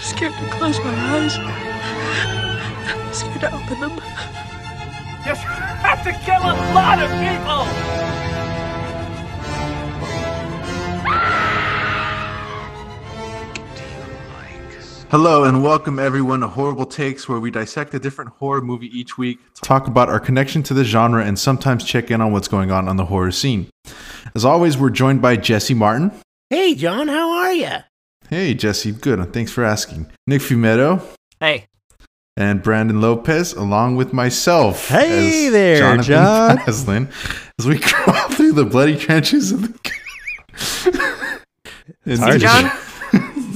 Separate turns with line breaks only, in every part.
scared to close my eyes. I'm scared to open them.
You're gonna have to kill a lot of people!
Hello and welcome everyone to Horrible Takes, where we dissect a different horror movie each week, talk about our connection to the genre, and sometimes check in on what's going on on the horror scene. As always, we're joined by Jesse Martin.
Hey, John, how are you?
Hey, Jesse, good. and Thanks for asking. Nick Fumetto
Hey,
and Brandon Lopez, along with myself.
Hey
as
there,
Jonathan
John.
Faslin, as we crawl through the bloody trenches of the. Is
hard to
John?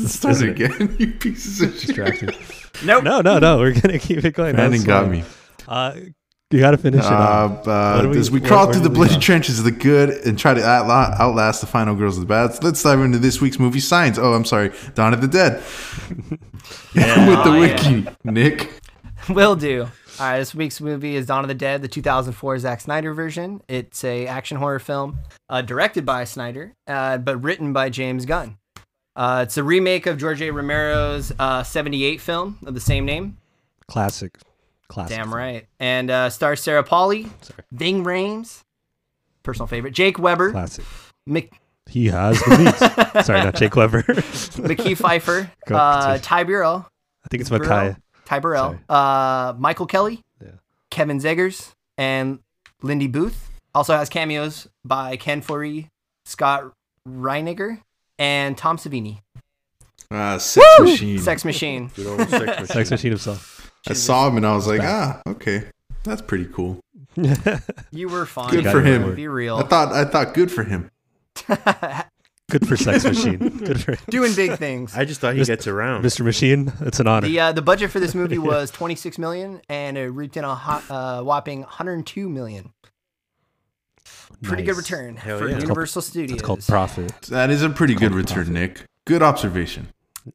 Start
Isn't it?
again, you pieces of shit.
Distracted.
Nope.
no, no, no. We're gonna keep it going. That
Brandon
was
got
fun.
me.
Uh, you gotta finish it. off.
Uh, uh,
What do we-
as we
where-
crawl
where
through
do
the
we
bloody
go?
trenches of the good and try to outla- outlast the final girls of the bad, let's dive into this week's movie Signs. Oh, I'm sorry, Dawn of the Dead. With the
Oh,
wiki, Nick.
Will do. All right, this week's movie is Dawn of the Dead, the 2004 Zack Snyder version. It's a action horror film uh, directed by Snyder, uh, but written by James Gunn. Uh, it's a remake of George A. Romero's uh, 78 film of the same name.
Classic, classic.
Damn right. And uh, stars Sarah Pauli,
Sorry.
Ving Rhames, personal favorite, Jake Weber,
Classic.
Mc-
He has the beats. Sorry, not Jake Weber. I think
McKee Pfeiffer,
Go,
uh,
continue.
Ty Burrell,
it's
Burrell,
Makai.
Ty Burrell, uh, Michael Kelly,
Yeah.
Kevin Zegers, and Lindy Booth. Also has cameos by Ken Foree, Scott Reiniger, and Tom Savini.
Uh, sex machine.
Sex Machine.
Good old sex machine.
Sex machine himself.
I saw him and I was like, ah, okay, that's pretty cool.
Good
You were fine.
Good
for him.
Be
I
real.
thought, I thought, good for him.
for sex machine. Good for
Doing big things.
I just thought he
Mr.
gets around.
Mr. Machine. It's an honor.
The uh, the budget for this movie was 26 million, and it reaped in a hot, uh, whopping 102 million. Pretty good
Nice.
return
Hell
for
yeah. That's
called-
Universal Studios.
It's called profit.
That is a pretty good
Called
return,
profit.
Nick. Good observation.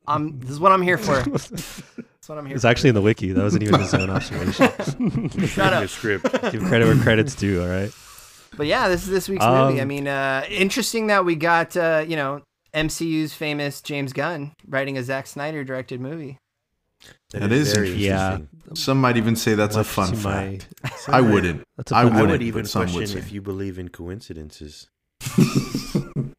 um, this is what I'm here for. That's what I'm here.
It's
for.
actually in the wiki. That wasn't even his own observation.
Shut
Reading
up.
a script.
Give credit where credit's due. All right.
But yeah, this is this week's movie. I
Um,
mean, uh, interesting that we got uh, you know MCU's famous James Gunn writing a Zack Snyder directed movie.
That is
very
Yeah.
interesting.
Some might even say that's a
Left
fun
to my-
fact. I wouldn't.
That's a
I
fun
I
wouldn't,
would
but
even
some would say.
question if you believe in coincidences.
Wait,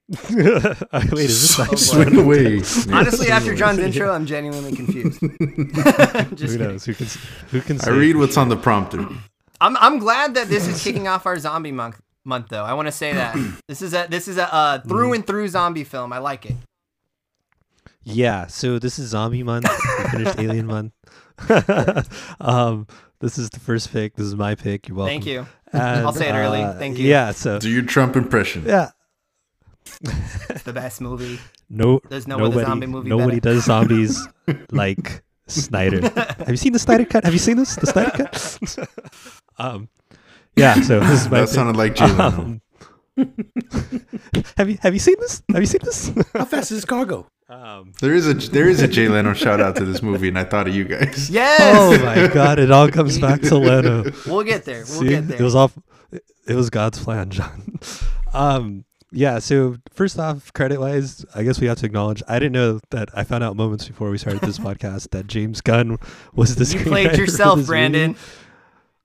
is this
Swing
like
swing away.
Honestly, after John's intro, I'm genuinely confused. Just
who
kidding.
knows? Who can who can
I
say
read
for
what's
sure?
on the prompter.
I'm I'm glad that this is kicking off our zombie month month though. I want to say that this is a this is a uh, through
Mm.
and through zombie film. I like it.
Yeah, so this is zombie month. we finished alien month. um, this is the first pick. This is my pick. You're welcome.
Thank you.
And,
I'll say it early.
uh,
Thank you.
Yeah, so
Do your Trump impression.
yeah.
It's the best movie.
No
There's no other
nobody,
zombie movie
Nobody
better.
does zombies like Snyder. Have you seen the Snyder cut? Have you seen this? The Snyder cut? um Yeah, so this is my
That
pick.
sounded like Jalen. Hall.
Um, have you have you seen this? Have you seen this?
How fast is cargo?
um,
There is a there is a Jay Leno shout out to this movie, and I thought of you guys.
oh
Yes,
my god, it all comes back to Leno.
we'll get there. We'll
See,
get
it
there.
was off. It was God's plan, John. um, yeah. So first off, credit wise, I guess we have to acknowledge. I didn't know that. I found out moments before we started this podcast that James Gunn was the.
You
screenwriter
played
for
yourself,
this
Brandon.
movie.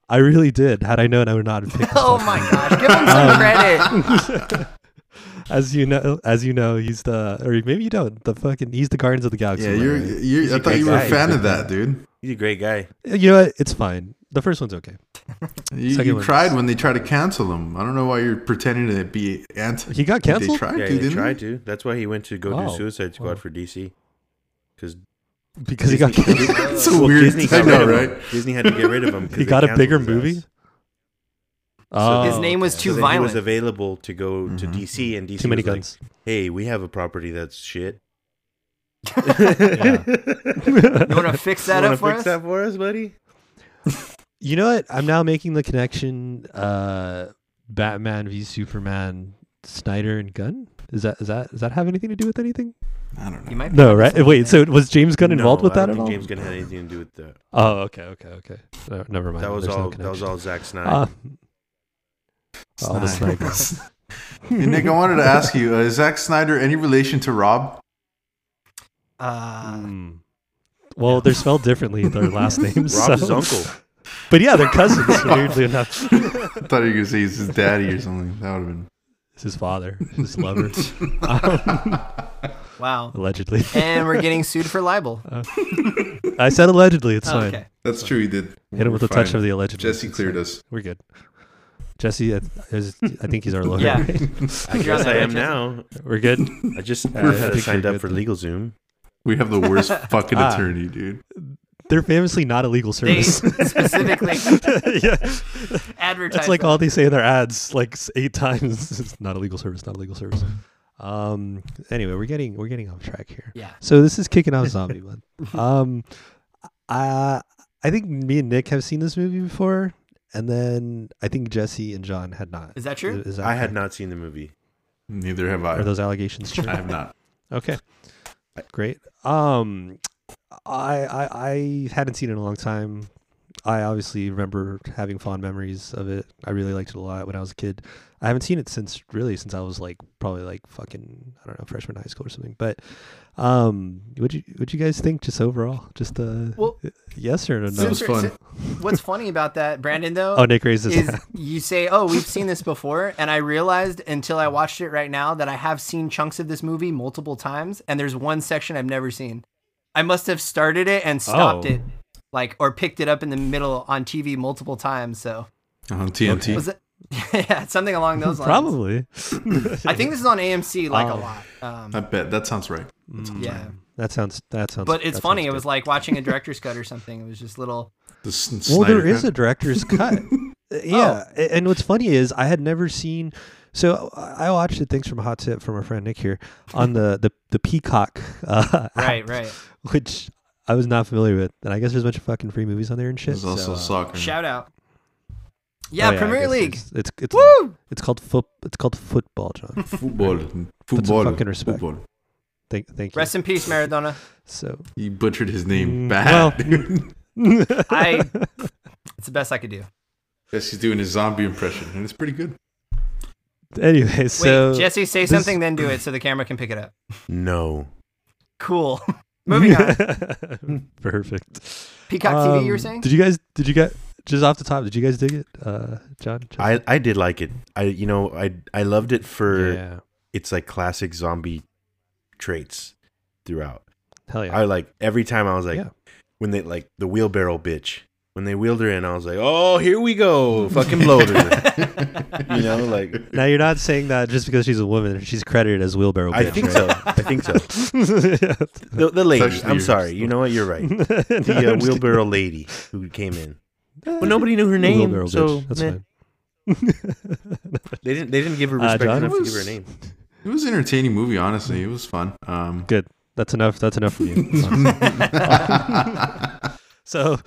I really did. Had I known, I would not have picked. this
Oh
up.
my gosh, give him
Um,
some credit.
As you know, as you know, he's the or maybe you don't. The fucking he's the Guardians of the Galaxy.
Yeah,
man,
you're,
right?
you're I thought you were a
guy.
fan of that, dude.
He's a great guy.
You know what? It's fine. The first one's okay.
You,
Second
you
one.
cried when they tried to cancel him. I don't know why you're pretending to be anti.
He got
They
canceled.
tried
yeah,
to,
they
didn't
tried
they?
to. That's why he went to go
Wow.
do Suicide Squad
Wow.
for DC. Because
because he got canceled.
It's a weird. I know, right?
Disney had to get rid of him. 'cause
He
they
got a
canceled
bigger
his
movie.
ass.
Oh,
His name was
So
too
then He was
violent.
available to go to
Mhm.
DC, and DC
too many
was like,
guns.
hey, we have a property that's shit.
Yeah.
You want to fix that
Wanna
up for
fix
us?
that for us, buddy?
You know what? I'm now making the connection. Uh, Batman v Superman, Snyder and Gunn. Is that is that does that have anything to do with anything?
I don't know.
You might be
No,
onto
right?
something
Wait.
there.
So was James Gunn involved
No,
with
I
that
don't
at
think
all?
James Gunn had anything to do with that.
oh, okay, okay, okay. No, never mind.
That was
There's no
all. that was
connection.
all Zack Snyder.
Uh, all the
Snyder.
snipers.
Hey, Nick, I wanted to ask you: uh, Is Zack Snyder any relation to Rob?
Hmm.
Uh,
Mm. Ah. Well, they're spelled differently. Their last names.
Rob's
so-
uncle.
But yeah, they're cousins. weirdly enough,
I thought you were gonna say he's his daddy or something. That would have been.
it's his father, his lover, um,
Wow.
allegedly.
And we're getting sued for libel.
I said allegedly. It's
Oh,
fine.
okay.
That's true. He did.
Hit him with a touch
Fine.
of the allegedly.
Jesse
It's
cleared
fine.
us.
We're good. Jesse, I, is, I think he's our lawyer.
Yeah.
right?
I guess I am now.
We're good.
I just uh,
I think
signed
you're
up for
good.
LegalZoom.
We have the worst fucking
Ah.
attorney, dude.
They're famously not a legal
They
service.
specifically
yeah.
advertise.
That's like
that.
all they say in their ads, like s- eight times. It's not a legal service. Not a legal service. Um. Anyway, we're getting we're getting off track here.
Yeah.
So this is kicking off zombie month. Um, I I think me and Nick have seen this movie before, and then I think Jesse and John had not.
Is that true?
Is that
I had
correct?
not seen the movie.
Neither have
Are
I.
those allegations true?
I have not.
Okay. Great. Um I I I hadn't seen it in a long time. I obviously remember having fond memories of it. I really liked it a lot when I was a kid. I haven't seen it since really since I was like probably like fucking I don't know freshman high school or something. But um what you what you guys think just overall? Just uh
Well,
yes or no?
That was
Since- uh,
fun.
since- What's funny about that, Brandon, though,
Oh, Nick raised his
is
hand.
you say, "Oh, we've seen this before," and I realized until I watched it right now that I have seen chunks of this movie multiple times, and there's one section I've never seen. I must have started it and stopped
Oh.
it, like or picked it up in the middle on TV multiple times. So
On TNT.
was it? yeah, something along those lines.
Probably.
I think this is on AMC like
Oh.
a lot. Um,
I bet that sounds right.
yeah,
Mm, That sounds that sounds
but it's
that
funny.
sounds
It
good.
was like watching a director's cut or something. It was just little.
The S-
Well,
Snyder
there is a
Cut. Oh.
director's cut. Uh, yeah, a- and what's funny is I had never seen. So I I watched it. Thanks from a hot tip from our friend Nick here on the the the Peacock, uh,
Right,
app,
right.
which I was not familiar with, and I guess there's a bunch of fucking free movies on there and shit.
There's also
so, uh,
soccer.
Shout out.
oh,
Yeah,
I
Premier
guess
League.
It's it's it's,
Woo!
it's called foot. It's called football, John.
football. Football.
fucking respect.
Football.
Thank thank you.
Rest in peace, Maradona.
so
He butchered his name
Mm,
bad.
well-
dude.
I. It's the best I could do.
Yes, he's doing his zombie impression, and it's pretty good.
anyway,
Wait,
so
Jesse, say
this-
something, then do it, so the camera can pick it up.
No.
Cool. Moving on.
Perfect.
Peacock TV, you were
Um,
saying?
Did you guys? Did you guys? Just off the top, did you guys dig it, uh, John? John?
I, I did like it. I you know I I loved it for
yeah,
its like classic zombie traits throughout.
hell yeah.
I like every time I was like
Yeah.
when they like the wheelbarrow bitch when they wheeled her in I was like oh here we go fucking bloated you know like
now you're not saying that just because she's a woman, she's credited as wheelbarrow.
I
bitch,
think
right?
so I think so the, the
It's
lady
actually
I'm
yours.
sorry you know what you're right the uh, wheelbarrow lady who came in but nobody knew her name
Wheelbarrow
so
bitch. That's
meh.
fine.
they didn't they didn't give her
Uh,
respect
John?
enough to give her a
Was-
name
It was an entertaining movie, honestly. It was fun. Um,
Good. That's enough. That's enough for you. so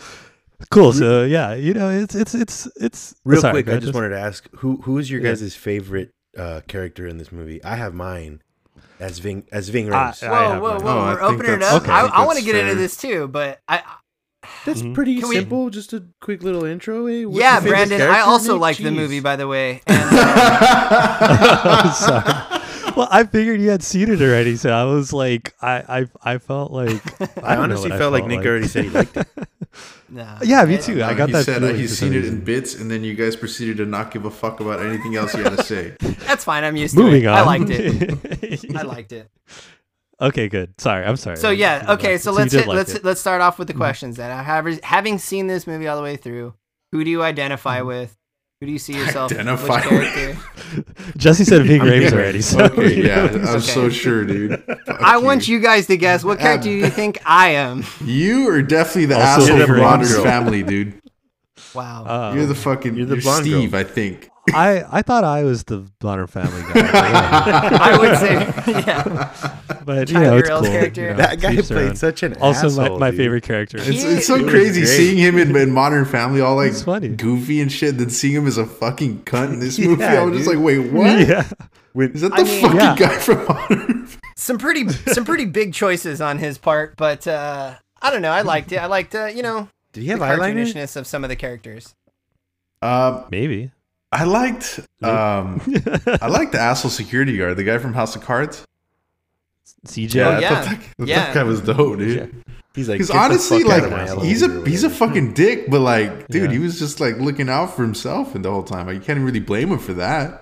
cool. So yeah, you know, it's it's it's it's
real
sorry,
quick
go
I
ahead,
just
Jesse.
wanted to ask who who is your
Yeah.
guys' favorite uh, character in this movie I have mine as Ving as
I-
Ving Rhames.
I
whoa,
have
whoa,
mine.
whoa.
Oh, I
we're
think
opening it
that's-
up.
okay, I
I,
think
I want to
that's
get into
fair.
this too, but I.
That's
Mhm.
pretty
Can we-
simple. Just a quick little intro. Eh? What's
yeah,
your favorite
Brandon, I
character,
also
Nick?
like the
Jeez.
movie, by the way. And, uh,
I'm sorry. Well, I figured you had seen it already, so I was like, I, I, I felt like
I,
don't know
honestly
what I
felt like
felt
Nick
like.
already said he liked it.
nah.
yeah, me too. I
uh,
got
he
that.
said uh,
feeling
he's
for some
seen it
reason.
in bits, and then you guys proceeded to not give a fuck about anything else you had to say.
That's fine. I'm used to
Moving
it.
on.
I liked it.
it.
I liked it.
Okay, good. Sorry, I'm sorry.
So
I'm
yeah,
thinking about
okay.
it.
So
you
let's
did
hit,
like
let's
it.
let's start off with the questions that I have. Having seen this movie all the way through, who do you identify with? Who do you see yourself?
Identify
which
with.
character?
Jesse said Ving Rames already. So
okay, yeah, I'm so sure, dude.
I want you guys to guess what character you think I am.
You are definitely the
Also
asshole
the
from
blonde
Modern
girl.
Family, dude.
Wow.
Um,
You're the fucking. You're
You're the
the
blonde girl.
Steve, I think.
I I thought I was the Modern Family guy,
I would say, yeah.
but you
Tyler
know it's cool.
Earle's
you
character.
know,
That guy
each their own.
played such an
also
asshole,
my, my
dude.
favorite character.
It's,
He-
it's so
It was
crazy
great.
seeing him in, in Modern Family, all like
It's funny.
goofy and shit, then seeing him as a fucking cunt in this movie.
Yeah,
I was just
dude.
like, wait, what?
yeah,
Is that the
I mean-
fucking
Yeah.
guy from Modern?
Some pretty some pretty big choices on his part, but uh, I don't know. I liked it. I liked uh, you know
Did he
the
have eyeliner?
cartoonishness of some of the characters.
Um,
maybe.
I liked. Um, I liked the asshole security guard, the guy from House of Cards.
CJ.
Yeah. Oh,
I
yeah.
thought that, I thought
Yeah.
that guy was dope, dude.
He's like,
Because
"Get the
honestly,
fuck out
like
of my
he's a
elevator,"
he's a
or
fucking dick, but like, dude,
Yeah.
he was just like looking out for himself and the whole time. Like, you can't really blame him for that.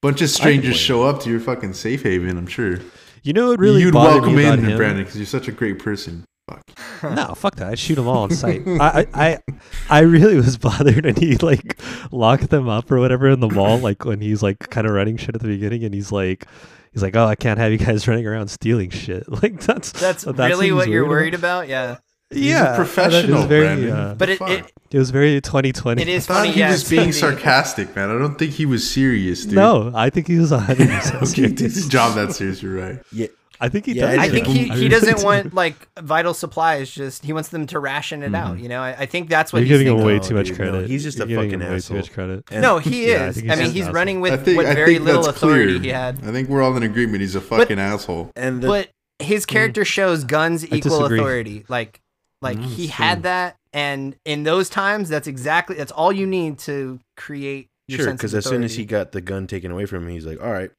Bunch of
blame
strangers show up to your fucking safe haven. I'm sure
You know what really
you'd
bothered
welcome
me about
in
him?
Brandon because you're such a great person. Fuck.
No, fuck that. I shoot them all on sight. I, I, I, I really was bothered, and he like locked them up or whatever in the mall. Like when he's like kind of running shit at the beginning, and he's like, he's like, oh, I can't have you guys running around stealing shit. Like that's
That's really
he's
what you're
worried
worried
about.
about. Yeah,
He's
Yeah,
a
that
professional,
is very,
Brandon.
uh,
but it,
Fuck.
it
It was very 2020.
it is
I thought
funny.
he
yeah,
was
it's
being
funny.
sarcastic, man. I don't think he was serious, dude.
No, I think he was 100 percent
okay, he did
serious.
his job that serious. You're right.
Yeah,
I think he
Yeah,
does.
I think
though.
he,
I
he
really
doesn't
do.
want like vital supplies. Just he wants them to ration it out. You know, I, I think that's what
Mm-hmm. You're
he's
giving him
thinking.
way
"Oh,
too much
dude, no,
credit.
he's just
You're
a
giving him
fucking
way too
asshole."
much credit.
No, he
Yeah, I
is. I,
think he's
mean,
just
he's
an
running
I
with
think
what
I
very
think
little
that's
authority
clear.
he had.
I think we're all in agreement. He's a fucking asshole.
and the,
But
Mm.
his character shows guns equal
disagree. Mm,
authority. Like, like
No,
he
it's true.
had that, and in those times, that's exactly that's all you need to create. Your
sure,
because
because as soon as he got the gun taken away from him, he's like, "All right,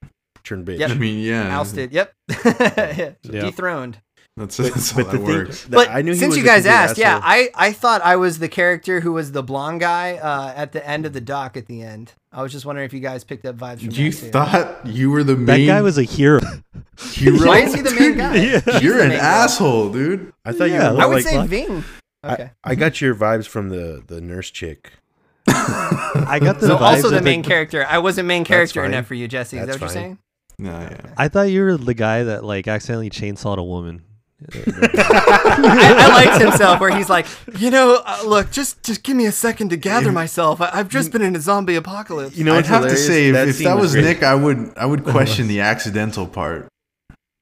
turn bitch."
Yep.
I mean, yeah,
ousted, yep, dethroned.
that's, that's how
But the
that
thing,
works.
that
but
I knew he
since
was
you
a
guys
complete
asked, yeah,
asshole.
I, I thought I was the character who was the blonde guy uh, at the end of the dock at the end. I was just wondering if you guys picked up vibes from
You
that too.
thought you were the
That
main
guy was a hero.
hero.
Why is he the main guy?
Yeah.
He's
You're
the
an
main guy.
asshole, dude.
I thought
Yeah,
you were
I would
like,
say
like-
Ving.
I-
Okay.
I got your vibes from the the nurse chick.
I got the
So
vibes
also
that
the main character. I wasn't main character
fine.
enough for you, Jesse. Is that
That's
what you're saying?
fine.
No, yeah.
I thought you were the guy that like accidentally chainsawed a woman.
I, I liked himself where he's like, you know, uh, look, just just give me a second to gather myself. I, I've just been in a zombie apocalypse.
You know,
I'd
what's
have to
hilarious?
say, if that, if
scene
that was
great.
Nick, I would I would question the accidental part.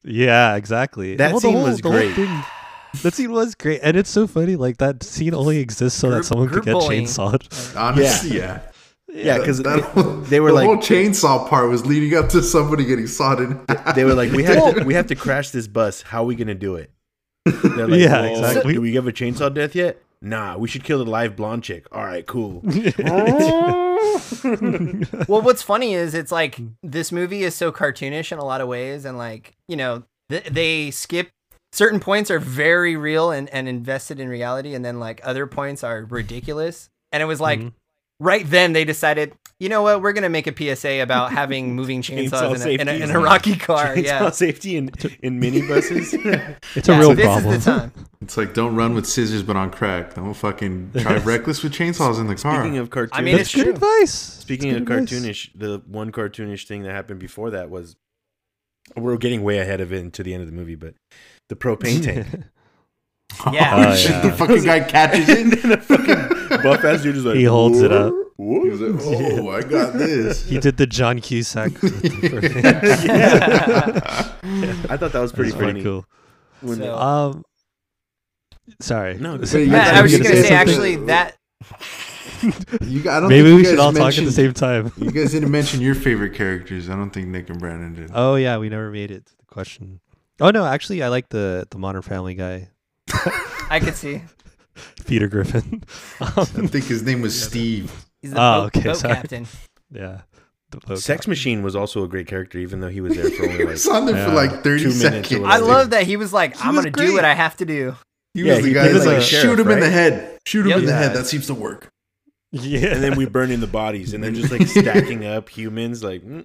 Yeah, exactly.
That
the
scene was
the
great.
thing- that scene was great, and it's so funny. Like that scene only exists so
Group-
that someone
group
could get
bullying.
chainsawed.
Honestly, yeah.
yeah, because
That whole-
they were
the
like-
whole chainsaw part was leading up to somebody getting sawed in. half.
they were like, "We have to, we have to crash this bus. How are we gonna do it?" They're like,
Yeah,
"Well,
exactly.
Do we have a chainsaw death yet? Nah, we should kill the live blonde chick. All right, cool.
well, what's funny is it's like this movie is so cartoonish in a lot of ways, and like you know, th- they skip certain points are very real and, and invested in reality, and then like other points are ridiculous. And it was like right then they decided, you know what, we're gonna make a PSA about having moving
Chainsaw
chainsaws in a, in, a,
safety.
in a rocky car.
Chainsaw
Yeah,
safety in in minibuses.
It's
Yeah,
a real
this
problem.
is the time.
It's like don't run with scissors, but on crack. Don't fucking drive reckless with chainsaws in the car.
Speaking of cartoonish,
I mean,
That's
It's
good
true.
advice.
speaking
That's
of
good advice.
cartoonish, the one cartoonish thing that happened before that was we're getting way ahead of it into the end of the movie, but the propane tank.
Yeah.
Oh,
shit,
yeah.
the fucking guy catches it.
and then a fucking buff ass dude is like,
He holds it up.
He was like, "Oh, I got this."
He did the John Cusack.
I thought that was pretty,
That's pretty
funny.
cool.
When
So-
Um, sorry.
No,
This-
wait,
I
you
thought
Yeah, I
you
was
were
just
gonna
gonna say,
something.
actually that
You, I don't
Maybe
think
we
you
should
guys
all talk at the
mentioned-
same time.
You guys didn't mention your favorite characters. I don't think Nick and Brandon did.
Oh yeah, we never made it to the question. Oh no, actually, I like the the Modern Family guy,
I could see.
Peter Griffin.
I
um,
think his name was Steve.
He's the
Oh,
boat,
okay,
boat
sorry.
captain.
yeah. The Pope.
Sex Machine was also a great character, even though he was there for only
He
like
was on there for
Yeah.
like
Two
30
minutes or
seconds.
whatever.
I love that he was like,
He
I'm
was
gonna
great.
do what I have to do.
He
Yeah,
was the
he
guy
played
that's
like
like,
a
shoot
sheriff,
him in the
right?
head. Shoot him in the
Yeah.
head. That seems to work.
Yeah.
and then we burn in the bodies and they're just like stacking up humans like mm,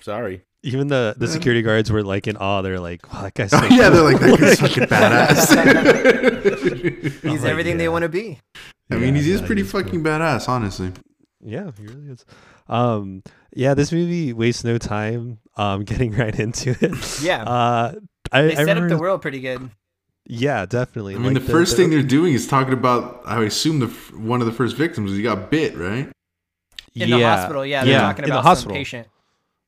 sorry
even the the security guards were like in awe. They're like, "Wow, that guy's." So
Oh, yeah, they're like, that
cool."
guy's fucking badass.
He's
like,
everything they
yeah.
want to be.
I mean,
Yeah,
he's, he's
yeah,
pretty
he's cool.
fucking badass, honestly.
Yeah, he really is. Um, yeah, this movie wastes no time um, getting right into it.
Yeah.
Uh, I,
They
I
set
remember,
up the world pretty good.
Yeah, definitely.
I mean,
Like,
the first thing they're doing is talking about, I assume, the f- one of the first victims was he got bit, right?
In the hospital, yeah, they're talking
in
about
the hospital.
some patient.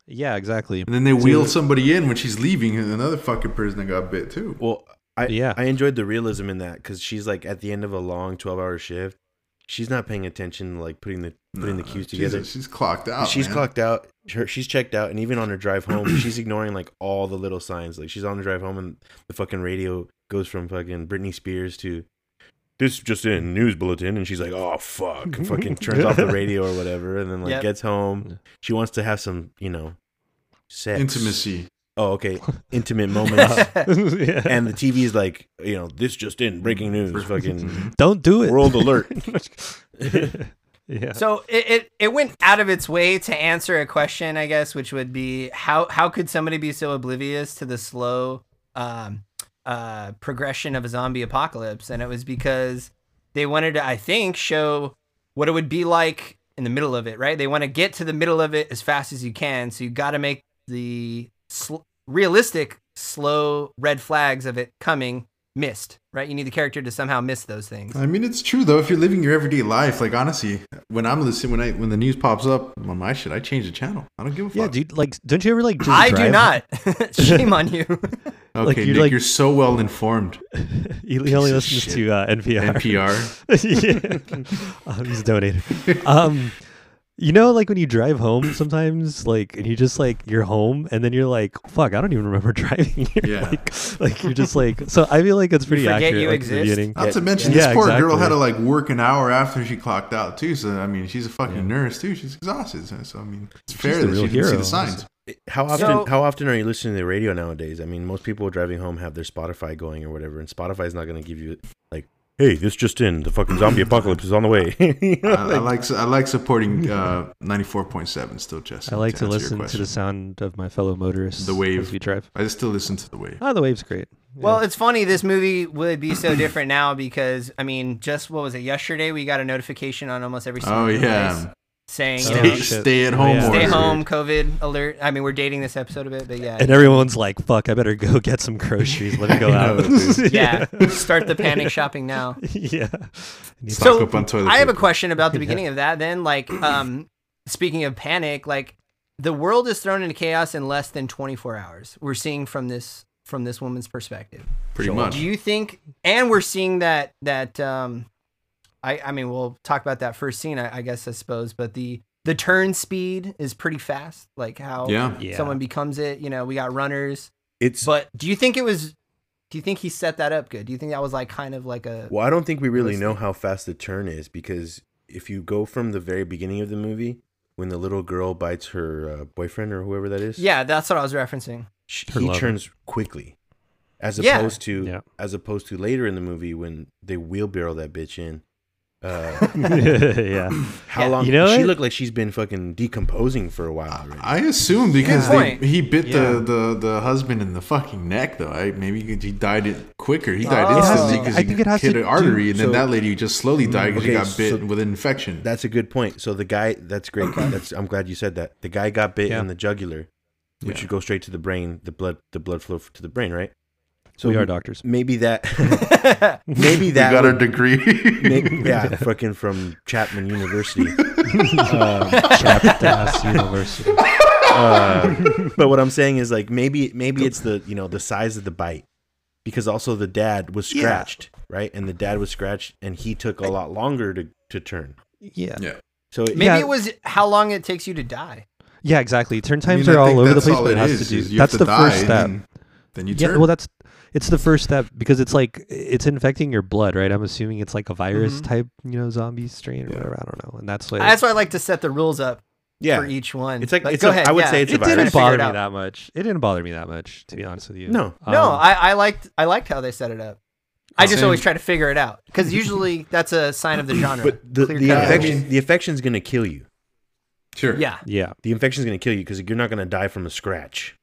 Yeah, exactly.
And then they wheel somebody in when she's leaving, and another fucking person that got bit, too.
well i
Yeah.
i enjoyed the realism in that because she's like at the end of a long 12 hour shift she's not paying attention like putting the putting the
Nah,
cues
she's-
together
She's clocked out.
she's
Oh, man.
clocked out her, she's checked out and even on her drive home she's ignoring like all the little signs like she's on her drive home and the fucking radio goes from fucking britney spears to this just in news bulletin and she's like oh fuck and fucking turns off the radio or whatever and then like
Yep.
gets home
Yeah.
she wants to have some you know sex
Intimacy.
Oh, okay. Intimate moments.
Yeah.
and the TV's like, you know, this just in, breaking news, fucking
don't do it.
world alert.
yeah.
So it, it, it went out of its way to answer a question, I guess, which would be how how could somebody be so oblivious to the slow um, uh, progression of a zombie apocalypse? And it was because they wanted to, I think, show what it would be like in the middle of it, right? They want to get to the middle of it as fast as you can, so you got to make the sl- realistic slow red flags of it coming missed, right? You need the character to somehow miss those things.
I mean, it's true though. If you're living your everyday life, like honestly, when I'm listening, when I when the news pops up on my shit, I change the channel. I don't give a fuck.
Yeah, dude. Like, don't you ever like? Just
I do
drive-
not. Shame on you.
okay,
like, you're
Nick,
like-
you're so well informed.
He, he only
of
listens
shit.
to uh, NPR.
NPR.
yeah. um, he's donating. Um, you know, like when you drive home sometimes, like, and you just like you're home, and then you're like, "Fuck, I don't even remember driving." Here.
Yeah.
like, like you're just like. So I feel like it's pretty
forget
accurate.
you
like, at the
exist.
beginning.
Not to mention,
Yeah,
this poor girl
exactly.
had to like work an hour after she clocked out too. So I mean, she's a fucking nurse too. She's exhausted. So, so, I mean, it's fair
the
that she
real
didn't see
hero.
the signs.
How often?
So-
how often are you listening to the radio nowadays? I mean, most people driving home have their Spotify going or whatever, and Spotify's not going to give you like, "Hey, this just in, the fucking zombie apocalypse is on the way." You know,
I, I
Uh,
like,
like s- I like supporting uh, 94.7 still, Justin.
I like
answer
to
your
listen to
question.
the sound of my fellow motorists.
The wave.
as we drive.
I still listen to the wave.
Ah, the wave's great.
Well, it's funny. This movie would be so different now because I mean, just what was it? Yesterday, we got a notification on almost every.
Oh
single
yeah,
device saying you
Oh,
know,
stay,
shit.
stay at
Oh,
home.
yeah.
stay
order.
home, COVID alert. I mean, we're dating this episode a bit, but yeah,
And everyone's like, "Fuck, I better go get some groceries. Let me go
I
out."
know, dude.
yeah. Start the panic shopping now.
yeah. Need
Stock up on toilet
I have a
paper.
question about the beginning of that. Then, like, um, speaking of panic, like the world is thrown into chaos in less than 24 hours. We're seeing from this from this woman's perspective.
Pretty much.
Do you think? And we're seeing that that um, I I mean we'll talk about that first scene I, I guess I suppose, but the the turn speed is pretty fast, like how
Yeah.
Yeah.
someone becomes it. You know, we got runners,
it's
but do you think it was? Do you think he set that up good? Do you think that was like kind of like a
Well, I don't think we really
Let's
know how fast the turn is because if you go from the very beginning of the movie, when the little girl bites her uh, boyfriend or whoever that is,
yeah? That's what I was referencing.
sh-
Her
he
lover.
turns quickly, as
Yeah.
opposed to
Yeah.
as opposed to later in the movie when they wheelbarrow that bitch in. Uh,
yeah.
how
Yeah.
long?
You know
she
what?
looked like she's been fucking decomposing for a while. Already.
I assume because
Good
they,
point.
he bit
Yeah.
the, the, the husband in the fucking neck though. I, maybe he- he died it quicker. He died
Oh.
instantly
It
because
has to- I
he
think Uh, it has
hit
to
an artery,
do-
and then
so-
that lady just slowly died because she
Okay,
got bit
so-
with an infection.
That's a good point. So the guy, that's great. That's I'm glad you said that. The guy got bit
Yeah.
in the jugular, which
Yeah.
would go straight to the brain. The blood, the blood flow to the brain, right?
So we are doctors.
Maybe that. maybe
we
that.
got
would-
a degree.
may- yeah, fucking from Chapman University.
Chapdass University.
Uh, but what I'm saying is like maybe maybe it's the you know the size of the bite because also the dad was
Yeah.
scratched right and the dad was scratched and he took a lot longer to to turn.
Yeah.
Yeah.
So it,
Maybe
Yeah.
it was how long it takes you to die.
Yeah, exactly. Turn
I mean,
times
I
are all
think
over the
that's
place,
all
but it
it
has
is,
to
is
do.
you have to
That's the
die,
first
and
step.
then- Then you
Yeah,
turn.
well, that's it's the first step because it's like it's infecting your blood, right? I'm assuming it's like a virus type, you know, zombie strain or whatever. I don't know, and that's like
Mm-hmm. That's why I like to set the rules up
yeah,
for each one.
It's like-
But
it's a- I would say it's a
it
virus.
Trying
didn't
to figure
bother
it
me
out.
that much. It didn't bother me that much, to be honest with you.
No.
Um,
No, I, I liked I liked how they set it up. I just
Same.
always try to figure it out because usually that's a sign of the genre.
but the
Clear
the
cut.
infection the infection's gonna kill you.
Sure.
yeah.
yeah.
The infection's gonna kill you because you're not gonna die from a scratch.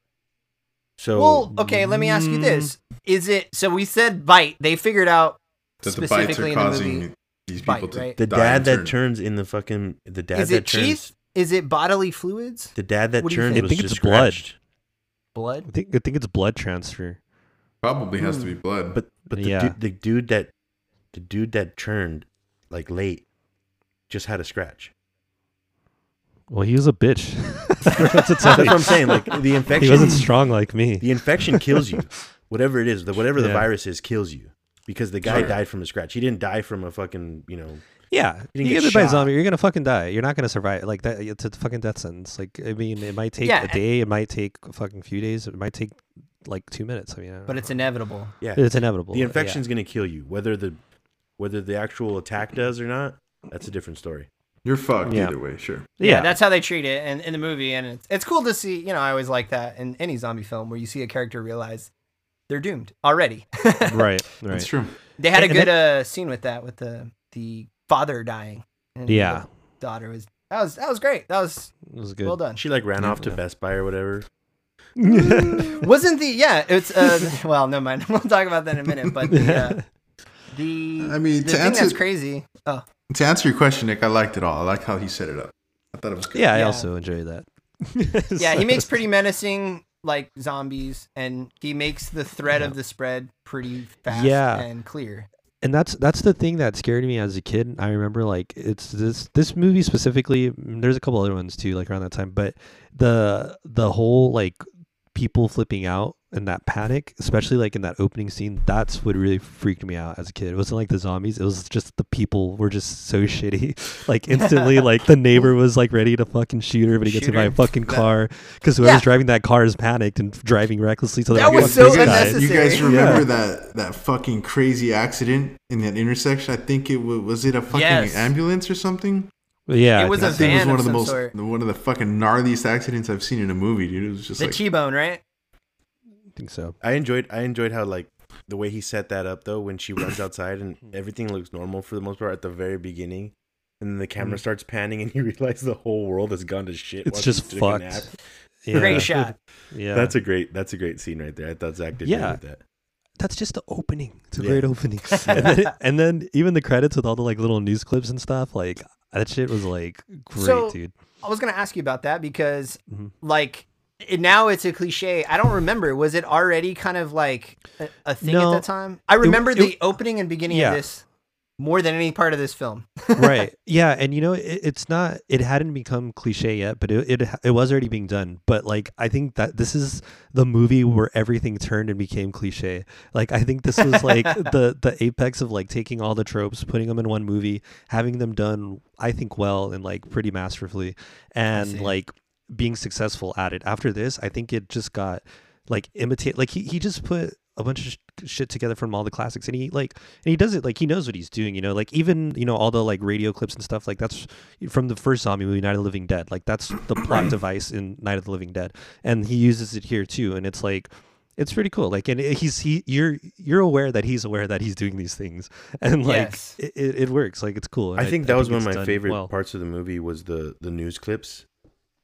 So
Well, okay. Let me ask you this: Is it so? We said bite. They figured out
That the bites
specifically
are
in the movie.
causing these
bite,
people to
right?
the
die
dad
and
that
turn.
turns in the fucking the dad
is
that
it
turns
teeth? Is it bodily fluids?
the dad that
What do you
turns
think?
was
I think
just
it's blood.
scratched.
Blood?
I think I think it's blood transfer.
probably has to be
Hmm.
blood.
But but the,
Yeah.
du- the dude that the dude that turned like late just had a scratch.
Well, he was a bitch. that's a
That's what I'm saying. Like the
He
infection,
wasn't strong like me.
the infection kills you. Whatever it is, the whatever the
Yeah.
virus is kills you because the guy
Sure.
died from a scratch. He didn't die from a fucking you know.
Yeah,
You didn't
you
get
get bit by a
shot.
zombie, you're gonna fucking die. You're not gonna survive. Like that, it's a fucking death sentence. Like I mean, it might take
Yeah,
a
and-
day, it might take a fucking few days, it might take like two minutes. I mean, I don't
But
know.
it's inevitable.
Yeah,
it's inevitable.
the
yeah.
infection's gonna kill you. Whether the whether the actual attack does or not, that's a different story.
You're fucked
Yeah.
either way, sure.
Yeah,
Yeah.
that's how they treat it in, in the movie, and it's, it's cool to see. You know, I always like that in any zombie film where you see a character realize they're doomed already.
right,
That's
right.
true.
They had a
And- and
good uh, scene with that, with the the father dying. And
Yeah,
the daughter was that was that was great. That was
it was good.
well done.
She like ran off to
Yeah.
Best Buy or whatever.
Wasn't the yeah? It's uh, well, never mind. We'll talk about that in a minute. But the uh, the
I mean,
the
to
thing
answer-
that's crazy. Oh,
To answer your question, Nick, I liked it all. I like how he set it up. I thought it was good.
yeah, I
Yeah.
also enjoyed that.
yeah, he makes pretty menacing like zombies, and he makes the threat of the spread pretty fast
Yeah.
and clear.
and that's that's the thing that scared me as a kid. I remember like it's this this movie specifically. mm, There's a couple other ones too, like around that time. But the the whole like people flipping out and that panic, especially like in that opening scene, that's what really freaked me out as a kid. It wasn't like the zombies. It was just the people were just so shitty. Like instantly, like the neighbor was like ready to fucking shoot her, but he gets in
Shoot
my
her.
fucking
That-
car because
Yeah.
whoever's driving that car is panicked and driving recklessly. So they're
That
like,
was so
"Fuck this guy."
unnecessary.
You guys
Yeah.
remember that that fucking crazy accident in that intersection? I think it wa- was it a fucking
Yes.
ambulance or something.
Yeah,
It was
I
a
That thing was
van
one
of
of the
some
most
sort.
one of the fucking gnarliest accidents I've seen in a movie, dude. It was just
The
like
T-bone, right?
think so.
I enjoyed I enjoyed how like the way he set that up though when she runs outside and everything looks normal for the most part at the very beginning. And then the camera starts panning, and you realize the whole world has gone to shit.
Mm-hmm. It's
while
just
she took a
fucked.
nap.
Yeah.
Great shot.
Yeah,
That's a great. That's a great scene right there. I thought Zach did
Yeah.
yeah. with that.
that's just the opening. It's a
Yeah.
great opening. and, then, and then even the credits with all the like little news clips and stuff, like that shit was like great,
So-
dude.
I was gonna ask you about that because,
Mhm.
like, it, now it's a cliche. I don't remember. Was it already kind of like a, a thing
No.
at that time? I remember
it-
the opening and beginning
Yeah.
of this more than any part of this film.
right. Yeah, and you know it, it's not it hadn't become cliche yet, but it, it it was already being done. But like I think that this is the movie where everything turned and became cliche. Like I think this was like the the apex of like taking all the tropes, putting them in one movie, having them done I think well and like pretty masterfully and
see.
like being successful at it. After this, I think it just got like imitate like he, he just put a bunch of sh- shit together from all the classics and he like and he does it like he knows what he's doing you know like even you know all the like radio clips and stuff like that's from the first zombie movie night of the living dead like that's the plot device in night of the living dead and he uses it here too and it's like it's pretty cool like and it- he's he you're you're aware that he's aware that he's doing these things and like
Yes.
it, it, it works like it's cool and
I think that was one of
it's
my
done
favorite
well.
parts of the movie was the the news clips,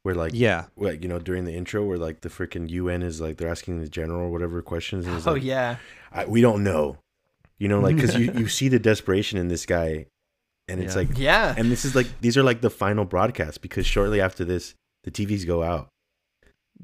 where like
yeah
like you know during the intro where like the freaking UN is like they're asking the general or whatever questions. And he's
Oh
like,
yeah,
I, we don't know, you know, like because you you see the desperation in this guy, and it's
Yeah.
like
yeah.
and this is like these are like the final broadcasts because shortly after this the TVs go out.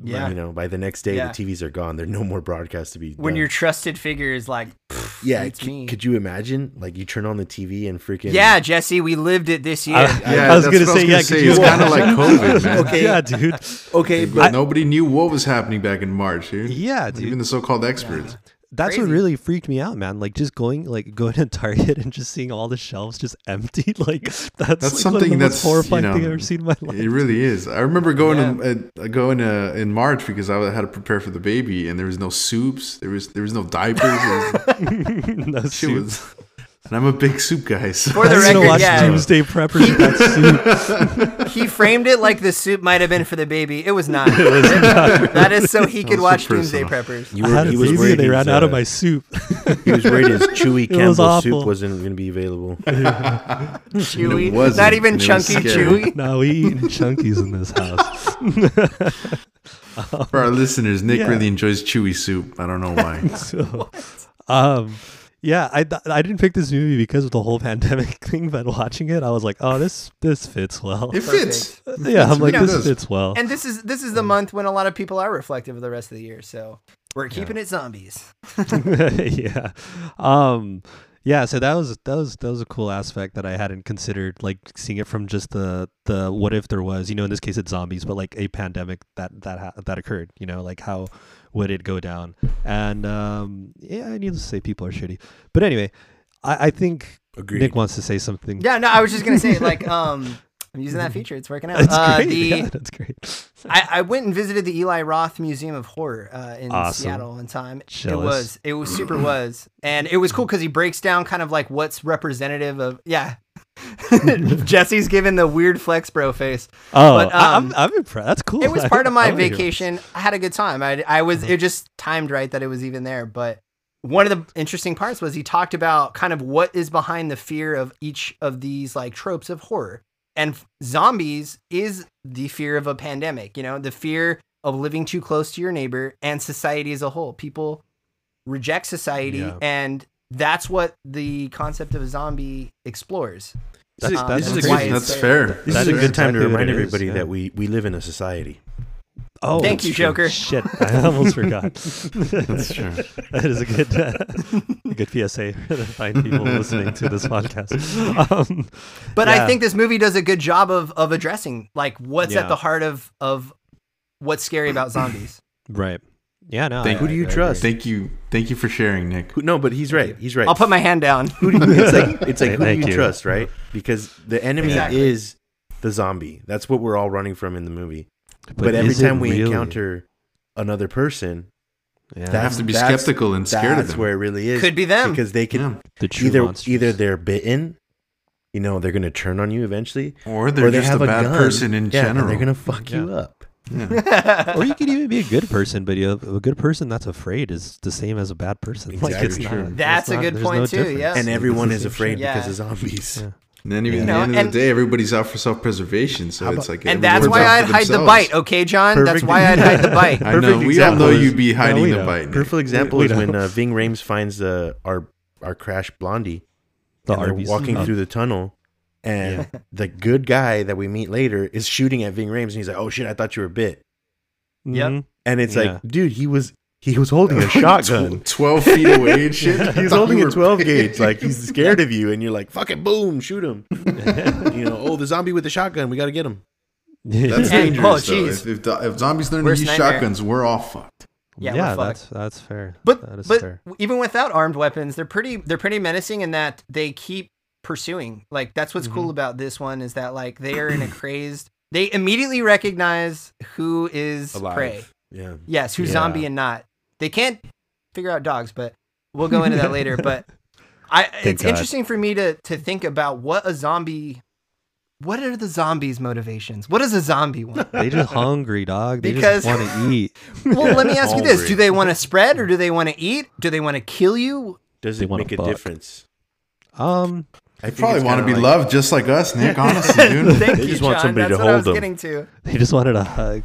Yeah.
you know by the next day
Yeah.
the TVs are gone. There are no more broadcasts to be.
when
done.
your trusted figure is like, "Pff,
yeah,
it's
c-
me.
could you imagine like you turn on the TV and freaking
yeah, Jesse, we lived it this year.
yeah,
I was
that's
gonna
what
say, yeah,
I was
could
gonna
you
It's kind of like COVID, man.
Okay.
yeah dude
okay,
But nobody knew what was happening back in March, dude.
yeah dude
Even the so-called experts.
That's what
Crazy.
really freaked me out, man. Like just going, like going to Target and just seeing all the shelves just empty. Like that's, like,
something
one of the
that's,
most
you
horrifying thing
know,
I've ever seen in my life.
It really is. I remember going to, uh, going uh, in March because I had to prepare for the baby, and there was no soups, there was there was no diapers. It was,
no
shit
soup.
was, and I'm a big soup guy. So
For the
I used to
record,
watch
yeah.
Doomsday Preppers with that soup.
he framed it like the soup might have been for the baby. It was not. that is so he could
was
watch
super
Doomsday
personal.
Preppers.
you
I had a baby and they
his,
ran out of
uh,
my soup.
He was worried his chewy
It was
Campbell's soup
awful.
wasn't going to be available.
Chewy,
wasn't,
not even
and it was
chunky
scary.
Chewy.
no, we eating chunkies in this house.
for our listeners, Nick
Yeah.
really enjoys chewy soup. I don't know why.
So, um, yeah, I th- I didn't pick this movie because of the whole pandemic thing, but watching it, I was like, oh, this this fits well.
It fits.
yeah, I'm like,
really
this
does.
fits well.
And this is this is the
Mm.
month when a lot of people are reflective of the rest of the year. So we're keeping it zombies.
yeah. Um yeah, so that was that was that was a cool aspect that I hadn't considered, like seeing it from just the the what if there was, you know, in this case it's zombies, but like a pandemic that that ha- that occurred, you know, like how would it go down? And um yeah, I need to say people are shitty, but anyway, I, I think
Agreed.
Nick wants to say something.
Yeah, no, I was just gonna say like um, I'm using that feature. It's working out.
Mm-hmm. that's
uh,
great.
The,
yeah, that's great.
I, I went and visited the Eli Roth Museum of Horror uh, in
Awesome.
Seattle one time.
Jealous.
It was it was super was, and it was cool because he breaks down kind of like what's representative of yeah. Jesse's giving the weird flex bro face.
Oh,
But,
I-
um,
I'm, I'm impressed. That's cool.
It was
I-
part of
I
my
wanna hear it. Mm-hmm.
vacation. I had a good time. I, I was it just timed right that it was even there. But one of the interesting parts was he talked about kind of what is behind the fear of each of these like tropes of horror. And f- zombies is the fear of a pandemic, you know, the fear of living too close to your neighbor and society as a whole. People reject society
Yeah.
and that's what the concept of a zombie explores.
This is-
Um,
this
and
is a
why
good-
it's
That's
there.
fair.
This
That
is a
is
good time
exactly
to
what
remind
it is,
everybody
yeah.
that we, we live in a society.
Oh,
Thank
that's
you,
true.
Joker.
Shit, I almost forgot.
That's true.
That is a good, uh, a good PSA for the fine people listening to this podcast. Um,
But
Yeah.
I think this movie does a good job of of addressing like what's
Yeah.
at the heart of of what's scary about zombies.
right? Yeah. No.
Thank-
I-
who
do you
I agree.
trust?
Thank you. Thank you for sharing, Nick.
Who, no, but he's right. He's right.
I'll put my hand down.
who do you, it's like it's like who do
Thank
you,
you.
trust, right? Because the enemy
Exactly.
is the zombie. That's what we're all running from in the movie. But, every
is it
time we
really?
encounter another person,
yeah,
have
that's
to be
that's-
skeptical and scared of
That's
them.
where it really is.
Could be them.
because they could
Yeah.
the true
either
monsters.
either they're bitten, you know, they're gonna turn on you eventually,
Or they're
or they
just
have
a
a
bad
gun.
person in
yeah, and
general.
They're gonna fuck you up.
Yeah.
or you could even be a good person, but you have, a good person that's afraid is the same as a bad person. Like it's
Exactly.
not,
True.
it's
That's a
not-
good
there's
point
no
too,
difference.
yeah.
And everyone
the
is
same
afraid
shit.
because of
Yeah.
zombies.
Yeah.
And then even
You
at
know,
the end of the
and-
day, everybody's out for self-preservation, so
How
it's
about-
like
and that's
everyone's
why
out
I'd
for
hide the
themselves.
bite, okay, John? That's
Perfect.
why I'd hide the bite.
I know
Perfect
we all know
example is-
you'd be hiding
we
the
know.
bite. Nick.
Perfect example
we
is when
know.
uh, Ving Rames finds uh, our our crash Blondie.
The
and they're
Arby's.
walking
Oh.
through the tunnel, and the good guy that we meet later is shooting at Ving Rames, and he's like, "Oh shit, I thought you were bit."
Yep.
Mhm.
And it's
Yeah.
like, dude, he was he was holding a
Like,
shotgun.
tw- twelve feet away and shit.
He's
Thought
holding
you
a
were
12
big.
gauge. Like he's scared of you, and you're like, "Fucking boom, shoot him!" you know, oh, the zombie with the shotgun. We got to get him.
Mm-hmm.
That's
Yeah.
dangerous.
Oh,
though.
jeez.
If, if, the- if zombies learn
Worst
to use
nightmare.
shotguns, we're all fucked.
Yeah,
Yeah,
we're fucked.
that's that's fair. that
But
is
but
fair.
even without armed weapons, they're pretty they're pretty menacing in that they keep pursuing. Like that's what's cool about this one is that like they are in a crazed. They immediately recognize who is prey.
Yeah.
Yes, who's
Yeah.
zombie and not. They can't figure out dogs, but we'll go into that later. But I it's
God.
interesting for me to to think about what a zombie what are the zombies' motivations? What does a zombie want?
They just hungry, dog. They
Because-
just want to eat.
Well, let me ask you this.
Hungry.
Do they want to spread or do they want to eat? Do they want to kill you?
Does
They
it
wanna
make a
fuck.
difference?
Um,
I think
Probably
it's
want to
kinda
be
like-
loved just like us, Nick. Honestly, dude.
Thank
They
you,
just want
John.
somebody
That's
to
what I
hold
was
them.
getting to.
they just wanted a hug.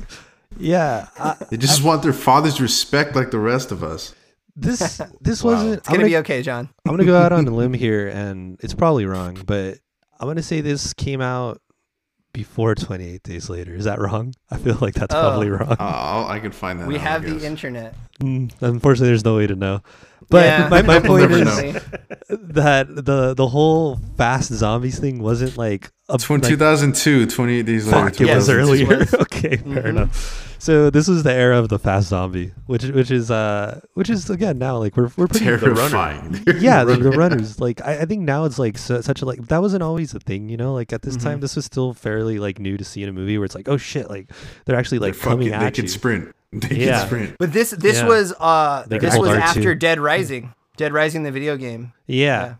Yeah, I,
They just want their father's respect like the rest of us.
this this wasn't.
It's
I'm
gonna
gonna,
be okay, John.
I'm gonna go out on a limb here, and it's probably wrong, but I'm gonna say this came out before 28 days later. Is that wrong? I feel like that's
Oh.
probably wrong.
Uh, I'll, I can find that.
We
out, I
have the
guess.
internet.
Mm, Unfortunately, there's no way to know. But
Yeah.
my, my
We'll
point
never
is
know.
that the the whole fast zombies thing wasn't like a
Twen-
like,
2002, 28 days later.
Fuck, it was
2000s.
earlier.
It was. Mm-hmm.
okay, fair enough. So this was the era of the fast zombie, which which is uh which is again now like we're we're pretty
Terrifying.
yeah the, the runners like I, I think now it's like su- such a like that wasn't always a thing you know like at this
Mm-hmm.
time this was still fairly like new to see in a movie where it's like oh shit like they're actually like
They're
coming
fucking-
at
they
you.
can sprint. They
Yeah.
can sprint.
But this this
Yeah.
was uh
They
this
got
was
R2.
after Dead Rising. Dead Rising the video game.
Yeah.
Yeah.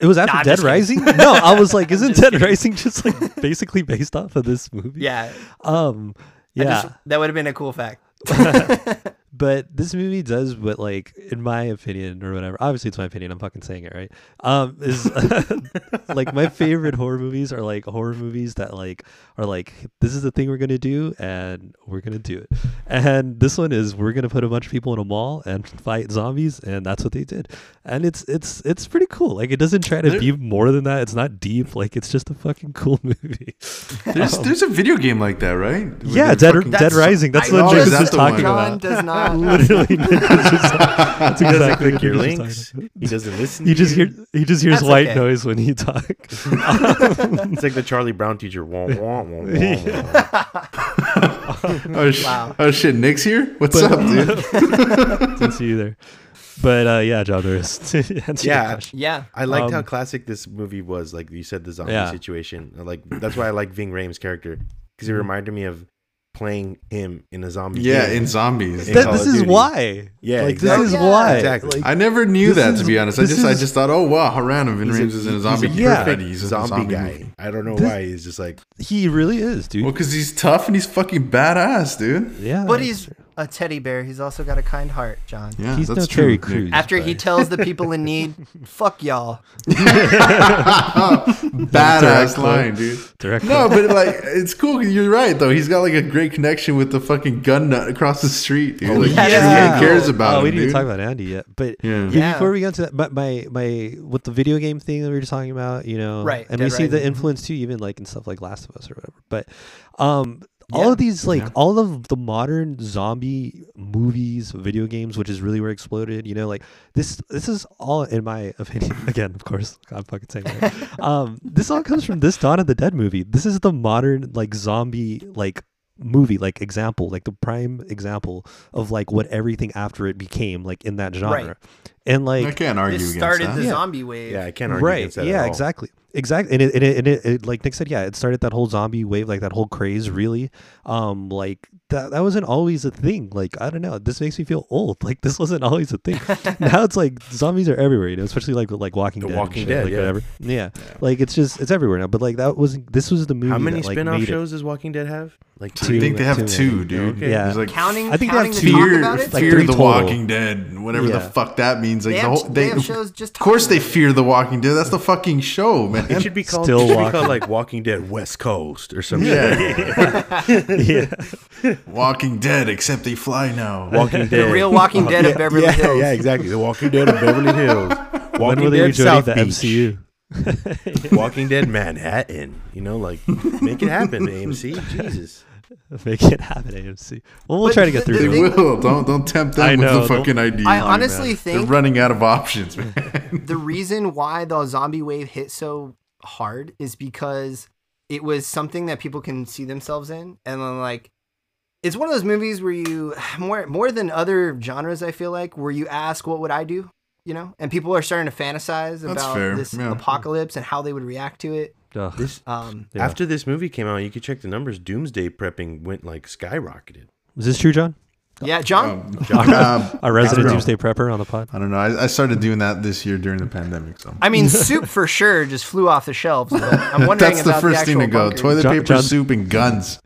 It was after
Nah, I'm
Dead
just
Rising?
kidding.
No, I was like, isn't
just
Dead
kidding.
Rising just like basically based off of this movie?
Yeah.
Um
I
yeah.
just- that would have been a cool fact.
but this movie does what like in my opinion or whatever obviously it's my opinion i'm fucking saying it right um is like my favorite horror movies are like horror movies that like are like this is the thing we're gonna do and we're gonna do it and this one is we're gonna put a bunch of people in a mall and fight zombies and that's what they did and it's it's it's pretty cool like it doesn't try to
There-
be more than that it's not deep like it's just a fucking cool movie
There's there's a video game like that, right? Where
Oh. yeah
they're
Dead,
fucking-
Dead Rising
I
that's what
Oh,
James
is that
was
the one?
talking
John
about
does not.
literally Nick was just that's
He doesn't
exactly
click
what
your
Nick was
links.
talking about.
He doesn't listen.
He
to
just
you.
hears he just hears
That's
white
okay.
noise when he talks.
It's like the Charlie Brown teacher. Wah, wah, wah, wah, wah.
Oh, sh-
Wow.
oh shit, Nick's here. What's
But-
up, dude?
Didn't see you there. But uh, yeah, John Norris. to answer your
Yeah.
question.
Yeah.
I liked
Um,
how classic this movie was. Like you said, the zombie
Yeah.
Mm-hmm. situation. Like that's why I like Ving Rhames' character because he reminded me of playing him in a zombie.
Yeah,
game.
in zombies.
In
That-
Call
this
of
is
Duty.
why.
Yeah,
like
exactly.
this is
Yeah.
why.
Exactly.
Like,
I never knew
This
that
is-
to be honest. I
this
just I
is-
just thought, oh wow, Haran of Vin
He's a-
Reems is in a
he's
zombie.
a perfect
Perfect
Perfect. He's in a
zombie, guy.
movie.
I don't know
This-
why he's just like
he really is, dude.
Well, because he's tough and he's fucking badass, dude.
yeah.
But
that's
he's
true.
a teddy bear. He's also got a kind heart, John.
Yeah,
He's
that's
no
true.
Terry
Nick.
Crews.
After he tells the people in need, fuck y'all.
Direct
badass
quote.
line, dude.
Direct
No, but like it's cool. You're right though. He's got like a great connection with the fucking gun nut across the street, dude. Like,
yeah.
yeah. cares
oh,
about
we
him,
didn't
dude.
even talk about Andy yet. But
Yeah.
yeah,
Yeah.
before we get into that, but my my with the video game thing that we were just talking about, you know,
Right,
And
Dead
we see the
Rising.
influence too, even like in stuff like Last of Us or whatever. But um, all of these, like all of the modern zombie movies, video games, which is really where it exploded. You know, like this this is all in my opinion. Again, of course, I'm fucking saying it. um, this all comes from this Dawn of the Dead movie. This is the modern like zombie like movie like example like the prime example of like what everything after it became like in that genre
Right.
and like
I can't argue
This
against
started
that.
the
Yeah.
zombie wave.
yeah, I can't argue
right
against that.
yeah
at all.
exactly exactly and it, and it, and it, it like nick said yeah it started that whole zombie wave like that whole craze really um like that that wasn't always a thing like i don't know this makes me feel old like this wasn't always a thing now it's like zombies are everywhere you know especially like with, like walking
The
dead, and
Walking
shit,
Dead,
like
yeah.
whatever yeah. like it's just it's everywhere now but like that was this was the movie
How many
that, like,
spin off
made it.
shows does Walking Dead have? Like
Two.
I think they have
Two.
two, dude.
Okay.
Yeah.
There's, like
Counting,
I think they
counting
have
to talk
fear,
about it.
like,
fear
three
the
total.
Walking Dead, whatever the
Yeah.
fuck that means. Like
They
the
have-
whole,
they
they,
have shows just
Of course, they
talking
fear the Walking Dead. That's the fucking show, man.
It should be called,
Still
it should be
Walking
called like Walking Dead West Coast or something.
yeah,
yeah
Walking Dead, except they fly now.
Walking Dead.
The real Walking Dead of Beverly
yeah,
Hills.
Yeah, exactly. The Walking Dead of Beverly Hills.
when
Walking
will they
Dead
rejoin
South
the
Beach.
mcu
Walking Dead Manhattan. You know, like make it happen, AMC. Jesus.
make it happen amc well we'll
But
try to get
the-
through
the
They
it
thing-
will. Don't don't tempt
I
them
know,
with the
don't-
fucking idea.
I honestly
They're
think
running out of options, man.
the reason why the zombie wave hit so hard is because it was something that people can see themselves in and then like it's one of those movies where you more more than other genres i feel like where you ask what would i do you know and people are starting to fantasize about
fair,
this
yeah.
apocalypse and how they would react to it
Ugh.
This
um
Yeah.
after this movie came out, you could check the numbers. Doomsday prepping went like skyrocketed.
is this true john
yeah john
Um, um, I
a resident
don't know.
doomsday prepper on the pod
I don't know. I, I started doing that this year during the pandemic. So
i mean soup for sure just flew off the shelves but i'm wondering
that's the
about
first thing to
actual
go:
bunkers.
toilet
John-
paper,
John-
soup, and guns.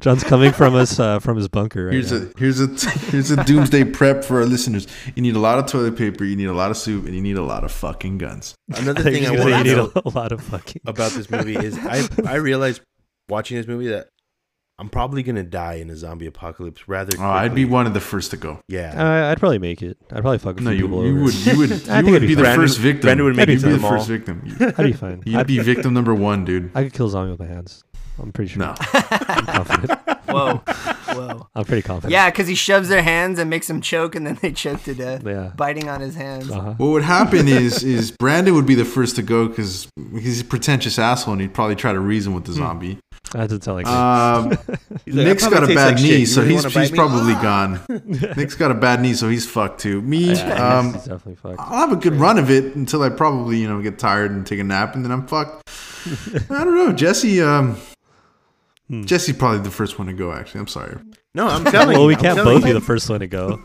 John's coming from us uh, from his bunker. Right
Here's
now.
a here's a here's a doomsday prep for our listeners. You need a lot of toilet paper, you need a lot of soup, and you need a lot of fucking guns.
Another
I think
thing
he's
I want
gonna
to
say you
know
need a, a lot of fucking.
about this movie is I I realized watching this movie that I'm probably gonna die in a zombie apocalypse rather.
Oh, I'd be
quickly.
one of the first to go.
Yeah.
I Uh, I'd probably make it. I'd probably fuck a
No,
few
you,
people
you
over.
would you would
I
you
think
would
it'd
be
be
the
fine.
first
Brandon-
victim.
Brandon would make
You'd be
it to
the
the mall.
first victim.
I'd be fine.
You'd
I'd,
be victim number one, dude.
I could kill a zombie with my hands. I'm pretty sure.
No,
I'm confident.
whoa whoa
I'm pretty confident.
Yeah, because he shoves their hands and makes them choke, and then they choke to death,
Yeah.
biting on his hands.
Uh-huh.
what would happen is is Brandon would be the first to go because he's a pretentious asshole and he'd probably try to reason with the zombie.
That doesn't sound like.
Um,
He's like,
Nick's
"I probably
got a
taste
bad
like shit.
knee,
You
so
really
he's
wanna bite
he's
me?"
probably gone. Nick's got a bad knee, so he's fucked too. Me,
me. Yeah,
um,
he's definitely fucked.
I'll have a good run of it until I probably, you know, get tired and take a nap and then I'm fucked. I don't know. Jesse, um,
Hmm.
Jesse's probably the first one to go, actually. I'm sorry.
No, I'm telling you.
Well, we
I'm
can't
telling
both
you.
be the first one to go.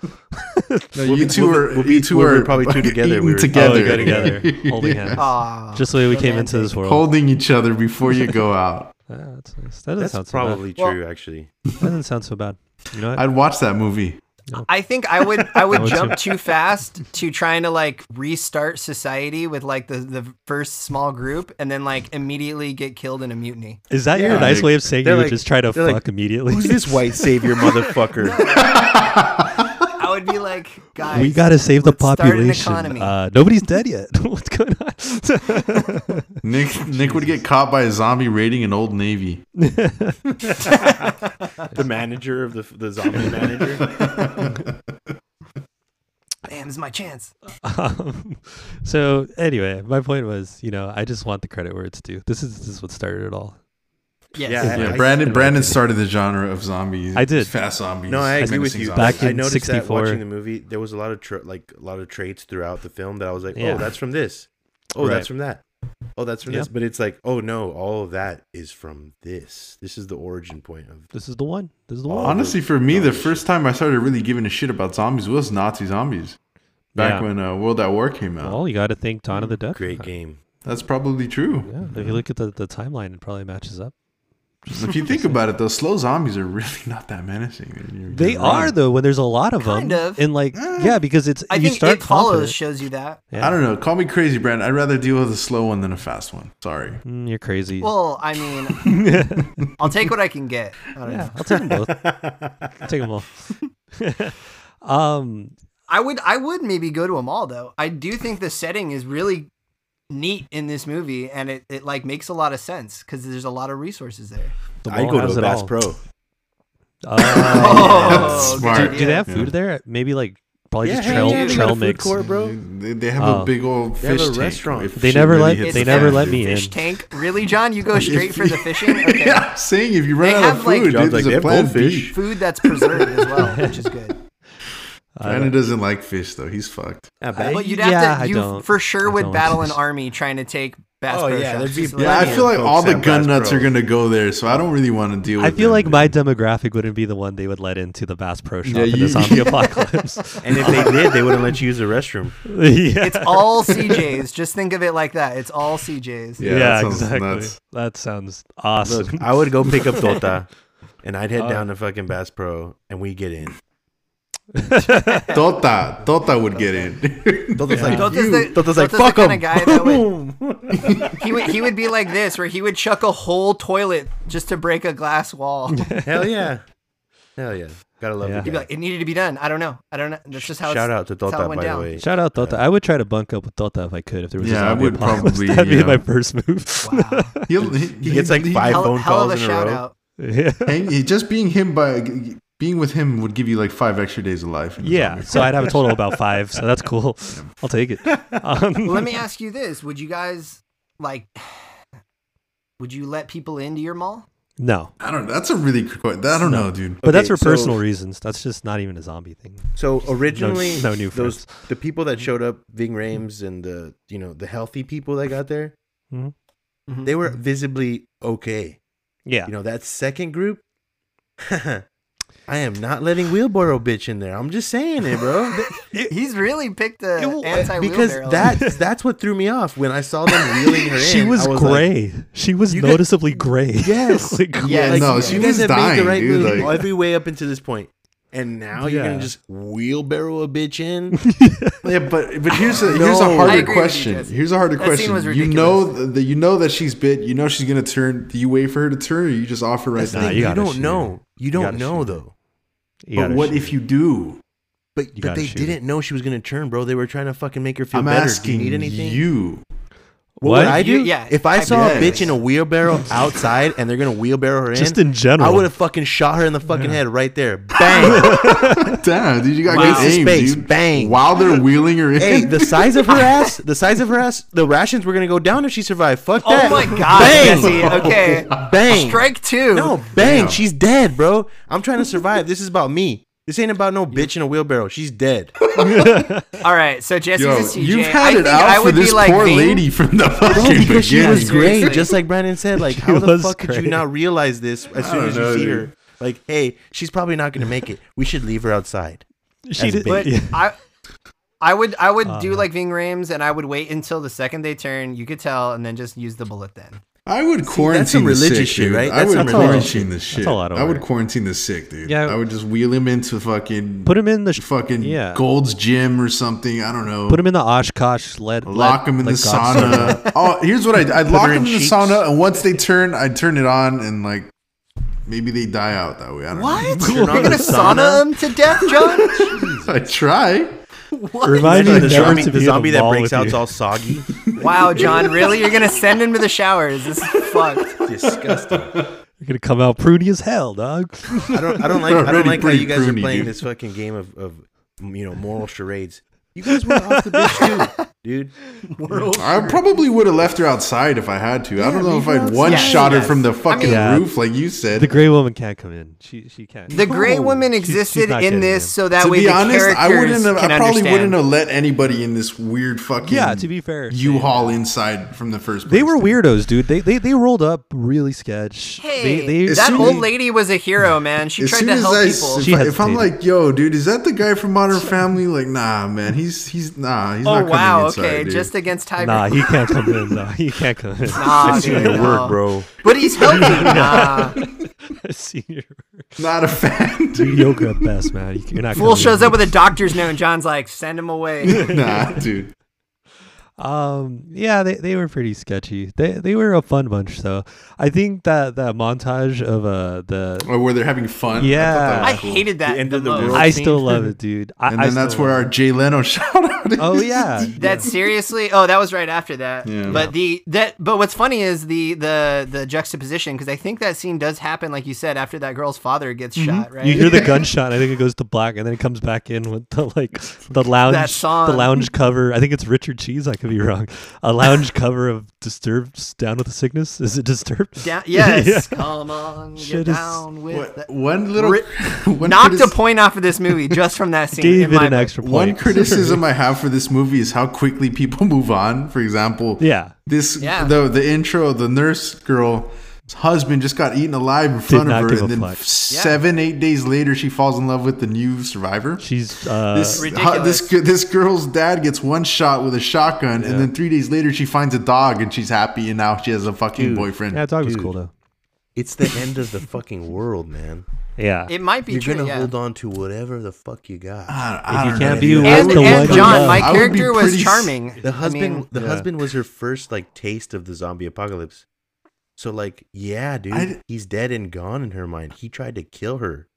No,
We'll
you
be-
2
we'll
are,
be- we'll be-
you 2
we'll be
are
probably two together.
eaten
We were-
together.
Oh, we go together, holding hands.
Aw,
Just the way we came into
romantic.
this world.
Holding each other before you go out.
Yeah, that's nice. That doesn't sound
That's
so
probably
Well-
true, actually.
bad. That doesn't sound so bad. You know what?
I'd watch that movie.
I think I would I would
would
jump too fast to trying to like restart society with like the the first small group, and then like immediately get killed in a mutiny.
Is that your
Yeah.
nice
Like,
way of saying you
they're
would
like-
just try to
they're
fuck
like,
immediately?
Who's this white savior motherfucker?
I would be like, guys,
we gotta save the
let's start an
population.
economy.
Uh, nobody's dead yet. What's going on?
Nick Nick would get caught by a zombie raiding an old Navy.
the manager of the the zombie manager.
damn, this is my chance.
um, so anyway, my point was, you know, I just want the credit where it's due. This is this is what started it all.
Yes.
Yeah.
Yeah,
I-
Brandon Brandon started the genre of zombies.
I did.
Fast zombies.
No, I agree with
menacing
you.
zombies.
Back
I
in
noticed that
64.
watching the movie, there was a lot of tra- like a lot of traits throughout the film that I was like,
Yeah.
"Oh, that's from this. Oh,
Right.
that's from that." oh, that's from
Yeah.
this. But it's like, oh no, all of that is from this. This is the origin point of
This is the one. This is the one.
Honestly, for me, the first time I started really giving a shit about zombies was Nazi Zombies. Back
Yeah.
when uh, World at War came out.
Well, you got to think Dawn of the Dead. Uh,
great game.
That's probably true.
Yeah. If you look at the, the timeline, it probably matches up.
If you think about it, though, slow zombies are really not that menacing. You're- you're
They
right.
are though when there's a lot of
Kind
them.
of.
And like,
Mm.
yeah, because it's
I
you
think
start
it follows
confident.
shows you that.
Yeah.
I don't know. Call me crazy, Brandon. I'd rather deal with a slow one than a fast one. Sorry.
Mm, you're crazy.
Well, I mean,
yeah,
I'll take what I can get. I, don't know.
I'll take them both. I'll take them all. um,
I would, I would maybe go to a mall though. I do think the setting is really neat in this movie, and it, it like makes a lot of sense because there's a lot of resources there.
the
I
mall
go
has
to
it
a Bass
all.
Pro.
Uh,
Oh,
Smart.
good
do, do they
idea.
have food there? Maybe like probably just trail
hell yeah, they got a
trail
food
mix.
court, bro.
They, they have
Oh.
a big old
They have
fish
a
tank
restaurant.
if
They
shit
never let-
hits
they
the
never
fan,
let
dude.
me
fish
in.
tank. Really, John? You go straight for the fishing? Okay.
Yeah, I'm saying if you run
They
out of
have, like-
food,
John's
dude,
like,
there's
they
a
have
plan
goldfish.
B.
Food that's preserved as well, which is good.
Brandon doesn't like fish, though. He's fucked.
But you'd have
Yeah, I
to. You
don't-
for sure
I
would
don't.
battle an army trying to take Bass
Oh,
Pro
yeah,
Shops.
there'd be
Just
Yeah, I
let me
feel
in.
like all the
Folks at
gun
Bass
nuts
Pro.
are going to go there, so I don't really want to deal with
I feel
them,
like
dude.
my demographic wouldn't be the one they would let into the Bass Pro Shop
Yeah,
in
you-
the zombie apocalypse.
And if they did, they wouldn't let you use the restroom.
yeah.
It's all CJs. Just think of it like that. It's all CJs.
Yeah,
yeah,
that sounds
exactly.
nuts.
That sounds
Look,
awesome.
I would go pick up Dota, and I'd head
Uh,
down to fucking Bass Pro, and we get in.
Tota, Tota would get in.
Dota's like,
Dota's
"You."
the-
Dota's
Dota's
like,
the
fuck
kinda
him.
guy that would- He would he would be like this, where he would chuck a whole toilet just to break a glass wall. He'd
Hell yeah. Hell yeah. Gotta love
Yeah.
the
be
guy.
like, it needed to be done. I don't know. I don't know. That's just how.
Shout
it's,
out to
that's how it
Dota, by
went down.
the way.
Shout out Dota. I would try to bunk up with Dota if I could. If there was
Yeah, I
a zombie
would
apocalypse.
probably,
that'd be
yeah.
my first move.
Wow.
He'll- he,
He gets like
he-
five
Hell,
phone
hell of
calls
a
in a
shout
row.
out.
yeah.
And he- just being him by being with him would give you like five extra days of life. in the
Yeah,
zombie
so I'd have a total of about five. So that's cool. I'll take it.
Well,
Um,
let me ask you this: Would you guys like? Would you let people into your mall?
no,
I don't. That's a really good question. I don't know, dude.
but that's for
Okay, so-
personal reasons. That's just not even a zombie thing.
So originally,
no new
those
friends. Mm-hmm.
the people that showed up, Ving Rames and the you know the healthy people that got there,
Mhm.
Mhm.
they were visibly okay.
Yeah,
You know that second group. I am not letting wheelbarrow bitch in there. I'm just saying it, bro.
He's really picked the anti
uh, because that that's what threw me off when I saw them wheeling her in.
she was,
I like,
gray. she was
You got-
noticeably gray.
Yes.
Like,
Yeah,
like,
no, she
you guys
was
have made
dying,
the right
dude.
move
like,
every way up until this point, and now you're
Yeah.
gonna just wheelbarrow a bitch in.
yeah, but but here's a here's
No.
a
I
harder
agree with you,
question.
Jesse.
here's a harder
That scene
question.
was
you know
ridiculous.
that you know that she's bit. You know she's gonna turn. Do you wait for her to turn, or you just offer right
Nah,
now?
you gotta
don't
shoot
know. You
gotta
don't
shoot.
know though.
You
but
gotta
what
shoot.
if you do?
But, but
gotta
they
shoot her.
didn't know she was gonna turn, bro. They were trying to fucking make her feel
I'm
better.
asking
do you need anything?
you.
What,
What?
would I do?
You- yeah,
If I saw a
hypothetically.
bitch in a wheelbarrow outside and they're gonna wheelbarrow her in,
Just in general.
I would have fucking shot her in the fucking head right there. Bang!
Damn, dude, you got
Wow.
good aim,
Space,
dude.
bang.
While they're wheeling her in,
hey, the size of her ass, the size of her ass, the rations were gonna go down if she survived. Fuck
Oh
that.
my god,
Bang!
Jesse. Okay.
Bang!
Strike two.
No, bang!
Damn.
She's dead, bro. I'm trying to survive. This is about me. This ain't about no bitch in a wheelbarrow. She's dead.
All right. So Jesse's
Yo,
a CJ.
you've
I
had it
think
out
I
for
would
this
be like
poor
Ving.
lady from the fucking
No, because she
beginning.
was
Seriously.
great, just like Brandon said. Like,
She
how the
was
fuck could
great.
you not realize this as soon
don't
as you
know,
see
dude.
her? Like, hey, she's probably not gonna make it. We should leave her outside.
She
as
did.
But
big.
yeah.
I. I would I would do
Uh.
like Ving Rams and I would wait until the second they turn, you could tell, and then just use the bullet then.
I would
that's some
quarantine the
religious
sick,
shit,
dude.
right?
I
That's
would
some
quarantine this shit.
That's a lot of
I would
work.
quarantine the sick, dude.
Yeah.
I would just wheel him into fucking
Put him in the. sh-
fucking
yeah.
Gold's Gym or something. I don't know.
Put him in the Oshkosh. Let
Lock
let-
him in
let
the
God serve him.
sauna. oh, here's what I'd, I'd lock
her
him in
in
the
sheets.
sauna, and once they turn, I'd turn it on, and like maybe they die out that way. I don't
What?
know.
You're
Turn on
gonna
the
sauna
sauna?
him to death, John?
I try.
Remind me
Imagine
never
the zombie,
to
the
be
zombie
in a
that
mall
breaks
with
out
you.
all soggy.
wow, John, really? You're gonna send him to the showers. This is fucked.
Disgusting.
You're gonna come out pruny as hell, dog.
I don't. I don't like. I
Already
don't like how
pretty
you guys are
pruny,
playing
dude.
this fucking game of, of you know moral charades. You guys were off the bitch too. dude.
World.
I probably would have left her outside if I had to. I don't know if I'd one shot her
Yes.
from the
I
fucking
mean-
Yeah.
roof like you said.
The Gray Woman can't come in. She she can't.
The Grey
No,
Woman
she's- she's
existed
not
in
getting
this
in.
so that
to
way
be
the
honest,
characters
I wouldn't have.
can
I probably
understand.
wouldn't have let anybody in this weird fucking
yeah, to be fair,
U-Haul inside from the first.
They
place,
were
dude.
weirdos, dude. They they, they rolled up really sketch.
Hey,
they, they,
that
soon-
old lady was a hero, man. She
As
tried
soon
to
as
help
I,
people.
if,
She
I, if I'm
hesitated.
like, yo, dude, is that the guy from Modern Family? Like, nah, man, he's he's nah, he's
oh
not coming
wow,
inside,
okay,
dude.
just against Tiger.
Nah, he can't come in. No, he can't come in.
Nah, dude,
It
no.
worked, bro.
But he's helping. nah.
Senior
not a fan. Dude.
yoga at best, man. You- You're not.
Fool
coming
shows
in.
up with a doctor's note, and John's like, "Send him away."
nah, dude.
Um, yeah, they, they were pretty sketchy. They they were a fun bunch, though. I think that that montage of uh the
Or where they're having fun. I, thought that
Yeah.
was
I
cool.
hated that.
The end
the
of the
most.
world.
I
scene.
still love it, dude. I,
And
I
then that's
still
where
love
our Jay Leno shout out. is.
it. oh yeah,
That seriously? Oh, that was right after that.
Yeah.
But the that but what's funny is the the the juxtaposition because I think that scene does happen like you said after that girl's father gets
Mm-hmm.
shot, right?
You hear the gunshot. and I think it goes to black, and then it comes back in with the like the lounge, the
song.
lounge cover. I think it's Richard Cheese. I could be wrong. A lounge cover of Disturbed, Down with the Sickness. Is it Disturbed?
Down- yes,
Yeah.
come on, get
Shit is-
down with
What-
that.
One little
Ri-
one
Knocked a
critis-
point off of this movie just from that scene.
Gave
in
it
my
an
book.
extra point.
One criticism I have for this movie is how quickly people move on. For example,
Yeah.
this
Yeah.
the the intro, the nurse girl's husband just got eaten alive in front of
not
her,
give a
and then
fuck.
seven eight days later, she falls in love with the new survivor.
She's uh,
This,
Ridiculous.
hu- this gi- this girl's dad gets one shot with a shotgun, and then three days later she finds a dog and she's happy, and now she has a fucking boyfriend.
yeah, dog was
Dude.
cool though.
It's the end of the fucking world, man.
Yeah,
It might be
You're
true.
gonna
yeah.
hold on to whatever the fuck you got.
I, I
If you
don't
can't
know,
be
dude.
with
and,
the
and
one
John,
you
my
love. I would be
character was
pretty s-
charming.
The husband,
I mean,
the
Yeah.
husband was her first like taste of the zombie apocalypse. So like, yeah, dude,
I d-
he's dead and gone in her mind. He tried to kill her.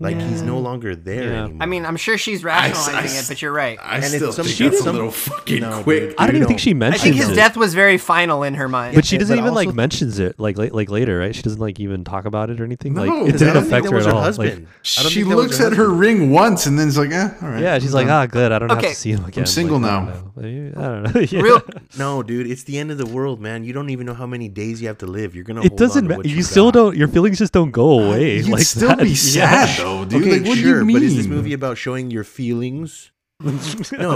Like he's
Yeah.
no longer there
Yeah.
anymore.
I mean, I'm sure she's
I-
rationalizing
I-
it, but you're right.
I
And it's
still
some-
think
she
that's
didn't-
a little fucking
No, dude.
quick.
I don't
dude.
even think she
I
mentions
think his
it.
death was very final in her mind.
But she
Yeah,
doesn't
but
even like
also-
mentions it, like like, like later, right? She doesn't like even talk about it or anything.
No,
like it
because I
didn't
don't think
affect
that
her
was
at
her
all. Like,
husband. I don't
She
think that was
looks
her
at her
husband.
ring once and then's like, eh, all right.
yeah, she's like, ah, good. I don't have
Okay.
to see him again.
single
Like, I
now.
don't know. Maybe- I don't know. Yeah.
Real,
No, dude, it's the end of the world, man. You don't even know how many days you have to live. You're gonna.
It
hold on
doesn't
to
matter.
what
You, still
got.
don't. Your feelings just don't go away.
You'd
"Ah, like
still
that.
be
Yeah.
sad though, dude.
Okay,
like, what
sure,
do you mean?
but is this movie about showing your feelings? no,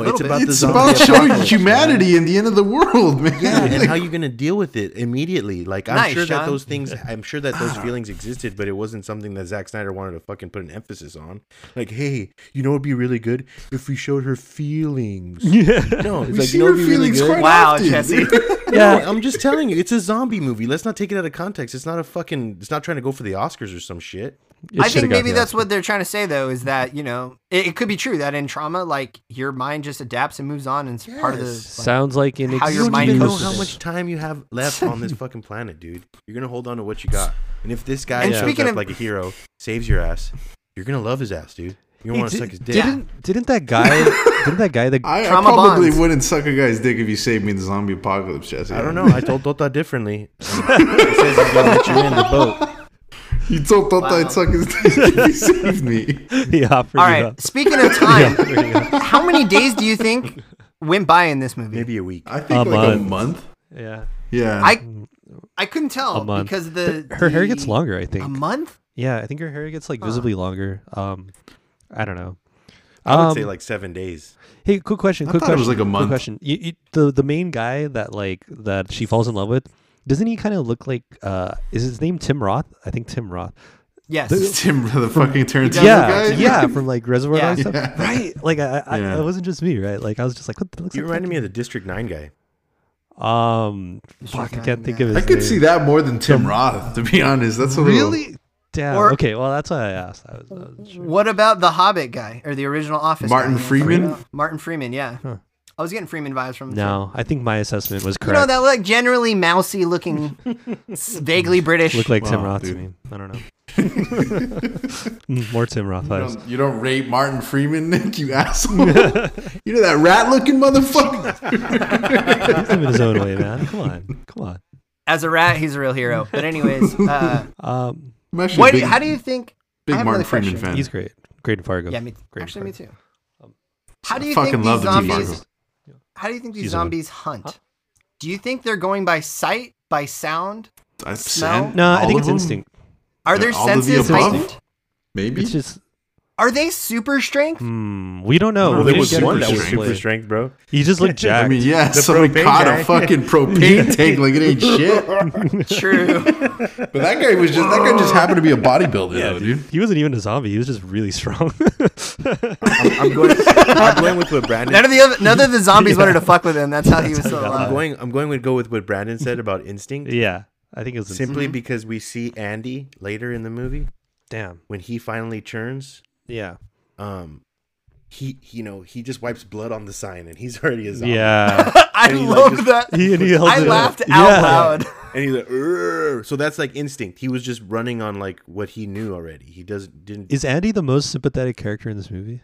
it's about the
It's
zombie
about showing
apocalypse, man.
humanity and the end of the world, man.
Yeah, and
Like,
how you gonna deal with it immediately? Like, I'm
Nice,
sure that
Sean.
those things, I'm sure that
Ah.
those feelings existed, but it wasn't something that Zack Snyder wanted to fucking put an emphasis on. Like, hey, you know, it'd be really good if we showed her feelings.
Yeah.
No, it's
we
like
see
you know,
your
it'd be really
feelings
good.
quite
wow,
often.
Jesse.
Yeah,
Yeah.
I'm just telling you, it's a zombie movie. Let's not take it out of context. It's not a fucking. It's not trying to go for the Oscars or some shit.
It
I
should've
think
got
maybe
the
that's
Oscar.
what they're trying to say, though, is that you know it, it could be true that in trauma, like your mind just adapts and moves on, and it's part of the.
Yes.
like-
sounds like an
How
You
your
excuse.
don't
mind
even know
goes
how
to
much time you have left on this fucking planet, dude. You're gonna hold on to what you got. And if this guy
And
shows
speaking
up
of-
like a hero, saves your ass, you're gonna love his ass, dude. You're gonna
Hey,
want to
did-
suck his dick.
Didn't didn't that guy? didn't that guy? The
I, I
Trauma
probably
bonds.
wouldn't suck a guy's dick if you saved me in the zombie apocalypse, Jesse.
I don't know. I told Dota differently. He says he's gonna let you in the boat.
You told Tota I'd suck his dick if you saved me.
he offered
All
it
right.
up.
Speaking of time, how many days do you think went by in this movie?
Maybe a week.
I think
A
like a
month.
month.
Yeah,
Yeah.
I I couldn't tell
a month
because the
her hair gets
the-
longer. I think
A month?
Yeah, I think her hair gets like visibly longer. Um, I don't know.
I would
Um,
say like seven days.
hey, quick question.
I
Quick
thought it
question.
was, like, a month.
Quick question. You, you, the the main guy that like that she falls in love with, doesn't he kind of look like? Uh, is his name Tim Roth? I think Tim Roth.
Yes.
Tim, the fucking Tarantino
Yeah,
guy.
yeah, from like Reservoir
Yeah.
Dogs stuff, right? Like, I, I,
Yeah.
it wasn't just me, right? Like, I was just like, what the looks
You
like
reminded me of the District Nine guy.
that- Um, fuck, I can't think of his.
I could
name.
see that more than Tim Roth, to be honest. That's a little-
Really? Damn.
Or-
okay, well, that's why I asked. I was, I wasn't sure.
What about the Hobbit guy or the original Office?
Martin
guy?
Freeman?
Martin Freeman, yeah. I was getting Freeman vibes from. him, too.
No, I think my assessment was
You
correct.
know that like generally mousy looking, s- vaguely British.
Look like Tim
Wow,
Roth
dude.
to me. I don't know. Mm, More Tim Roth
You
vibes.
don't, you don't rape Martin Freeman, Nick, you asshole. you know that rat looking motherfucker?
He's him in his own way, man. Come on, come on.
As a rat, he's a real hero. But anyways, uh,
Um,
I'm actually a
what? do
big,
you- how do you think? I
big
have
Martin
another
Freeman
question.
fan.
he's great. Great in Fargo.
Yeah, me,
Great in
actually, me
Fargo.
too. How do you
fucking
think
love
these
the TV
zombies?
show.
how do you think these
He's the one.
zombies hunt? Do you think they're going by sight, by sound?
I
Smell?
sent
No, I
all
think
of
it's
them?
instinct.
Are
They're
their
all of the
senses
above?
heightened?
Maybe.
It's just
Are they super strength?
hmm, we don't
Well,
know.
Well,
We
there
you
didn't
was
get a
get
one
good
that was
display.
super strength, bro.
He just looked jacked.
I mean, yeah,
The
somebody
propane
caught
guy.
a fucking propane tank like it ain't shit.
True.
But that guy was just that guy just happened to be a bodybuilder,
Yeah,
though, dude.
He wasn't even a zombie. He was just really strong.
I'm going. I'm going with what Brandon.
None of the other, none of the zombies wanted to fuck with him. That's how he was still
I'm
alive.
going. I'm going to go with what Brandon said about instinct.
yeah, I think it was instinct.
Simply because we see Andy later in the movie
Damn.
when he finally churns.
Yeah.
Um, he, he- you know, he just wipes blood on the sign, and he's already a zombie.
Yeah.
I
And he, like,
love
just-
that.
he, and he held
I
it up.
laughed
Yeah.
out loud.
and he's like, "Urgh." so that's like instinct. He was just running on like what he knew already. He doesn't didn't.
Is Andy the most sympathetic character in this movie?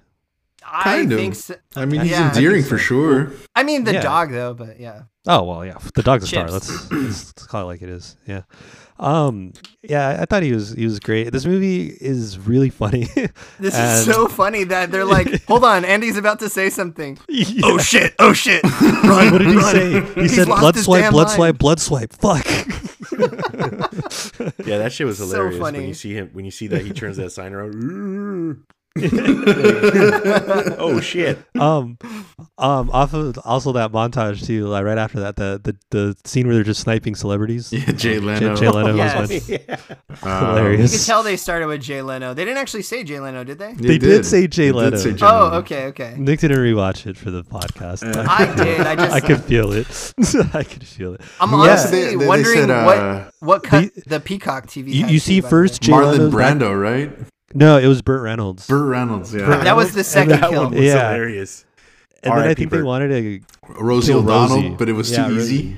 Kind
I
of.
think so.
I mean, he's
Yeah, I think
endearing for sure.
I mean the
Yeah.
dog though, but yeah.
Oh well, yeah. The dog's a star.
Chips.
Let's, let's let's call it like it is. Yeah. Um. Yeah. I thought he was he was great. This movie is really funny.
This
And-
is so funny that they're like, hold on, Andy's about to say something.
Yeah.
Oh shit! Oh shit! Run!
What did he
run.
say? He
He's
said
lost
blood
his
swipe,
damn
blood
mind."
swipe, blood swipe. Fuck.
Yeah, that shit was
So
hilarious when
funny.
you see him when you see that he turns that sign around. "Urgh." oh shit!
um um off of also that montage too like right after that the the, the scene where they're just sniping celebrities
Yeah, Jay
Jay,
Leno.
Jay Leno was one.
Yes.
Um,
hilarious.
You could tell they started with Jay Leno. They didn't actually say Jay Leno, did they?
They,
did say Jay
They
Leno.
Oh,
Leno.
okay, okay.
Nick didn't rewatch it for the podcast
Yeah.
I did. I just
I could feel it I could feel it
I'm
Yeah.
honestly
They- they- they
wondering
said, uh,
what what cut
the-
the, Peacock TV.
you,
had
you
too,
see
by the
first Jay
Marlon
Leno's back-
Brando, right?
no it was Burt Reynolds
Burt Reynolds,
way.
yeah.
That was the second
That
kill.
one was
Yeah.
hilarious.
and then I
R.I.P.
think they
Burt.
wanted to
Rosie
Kill
O'Donnell,
Rosie.
but it was
Yeah,
too
Rosie.
easy.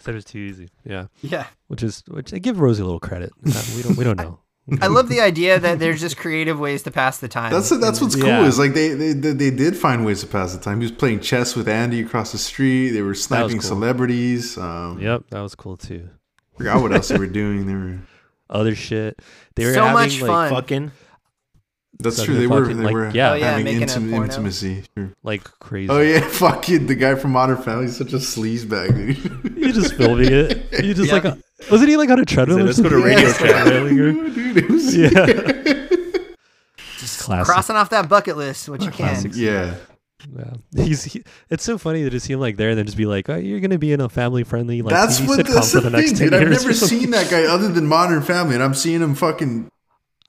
said it was too easy yeah
Yeah,
which is which I give Rosie a little credit Uh, we don't we don't know
I love the idea that there's just creative ways to pass the time.
That's that's what's cool
Yeah.
is like they, they they they did find ways to pass the time. He was playing chess with Andy across the street. They were sniping
cool.
celebrities. Um,
yep that was cool too
forgot what else they were doing. They were
other shit they were
So
having,
much
like,
fun.
Fucking
that's
Sucking
true. They were
fucking,
they
like,
were
yeah. Oh,
yeah,
having
making a
intim-
porno.
intimacy. Sure.
like crazy
Oh yeah, fucking the guy from Modern Family. He's such a sleazebag, dude.
You're just filming it. You just
Yeah.
like wasn't he like on a treadmill?
Let's go to
radio. Yeah.
radio chat.
dude, it was yeah.
yeah, just classic.
Crossing off that bucket list, what you can.
Classics. Yeah. He's. He, it's so funny to just see him like there and then just be like, oh, "You're gonna be in a family friendly like
that's
TV
what
sitcom
that's
for
the,
the next
thing,
ten
dude. I've
years." or
never
something."
seen that guy other than Modern Family, and I'm seeing him fucking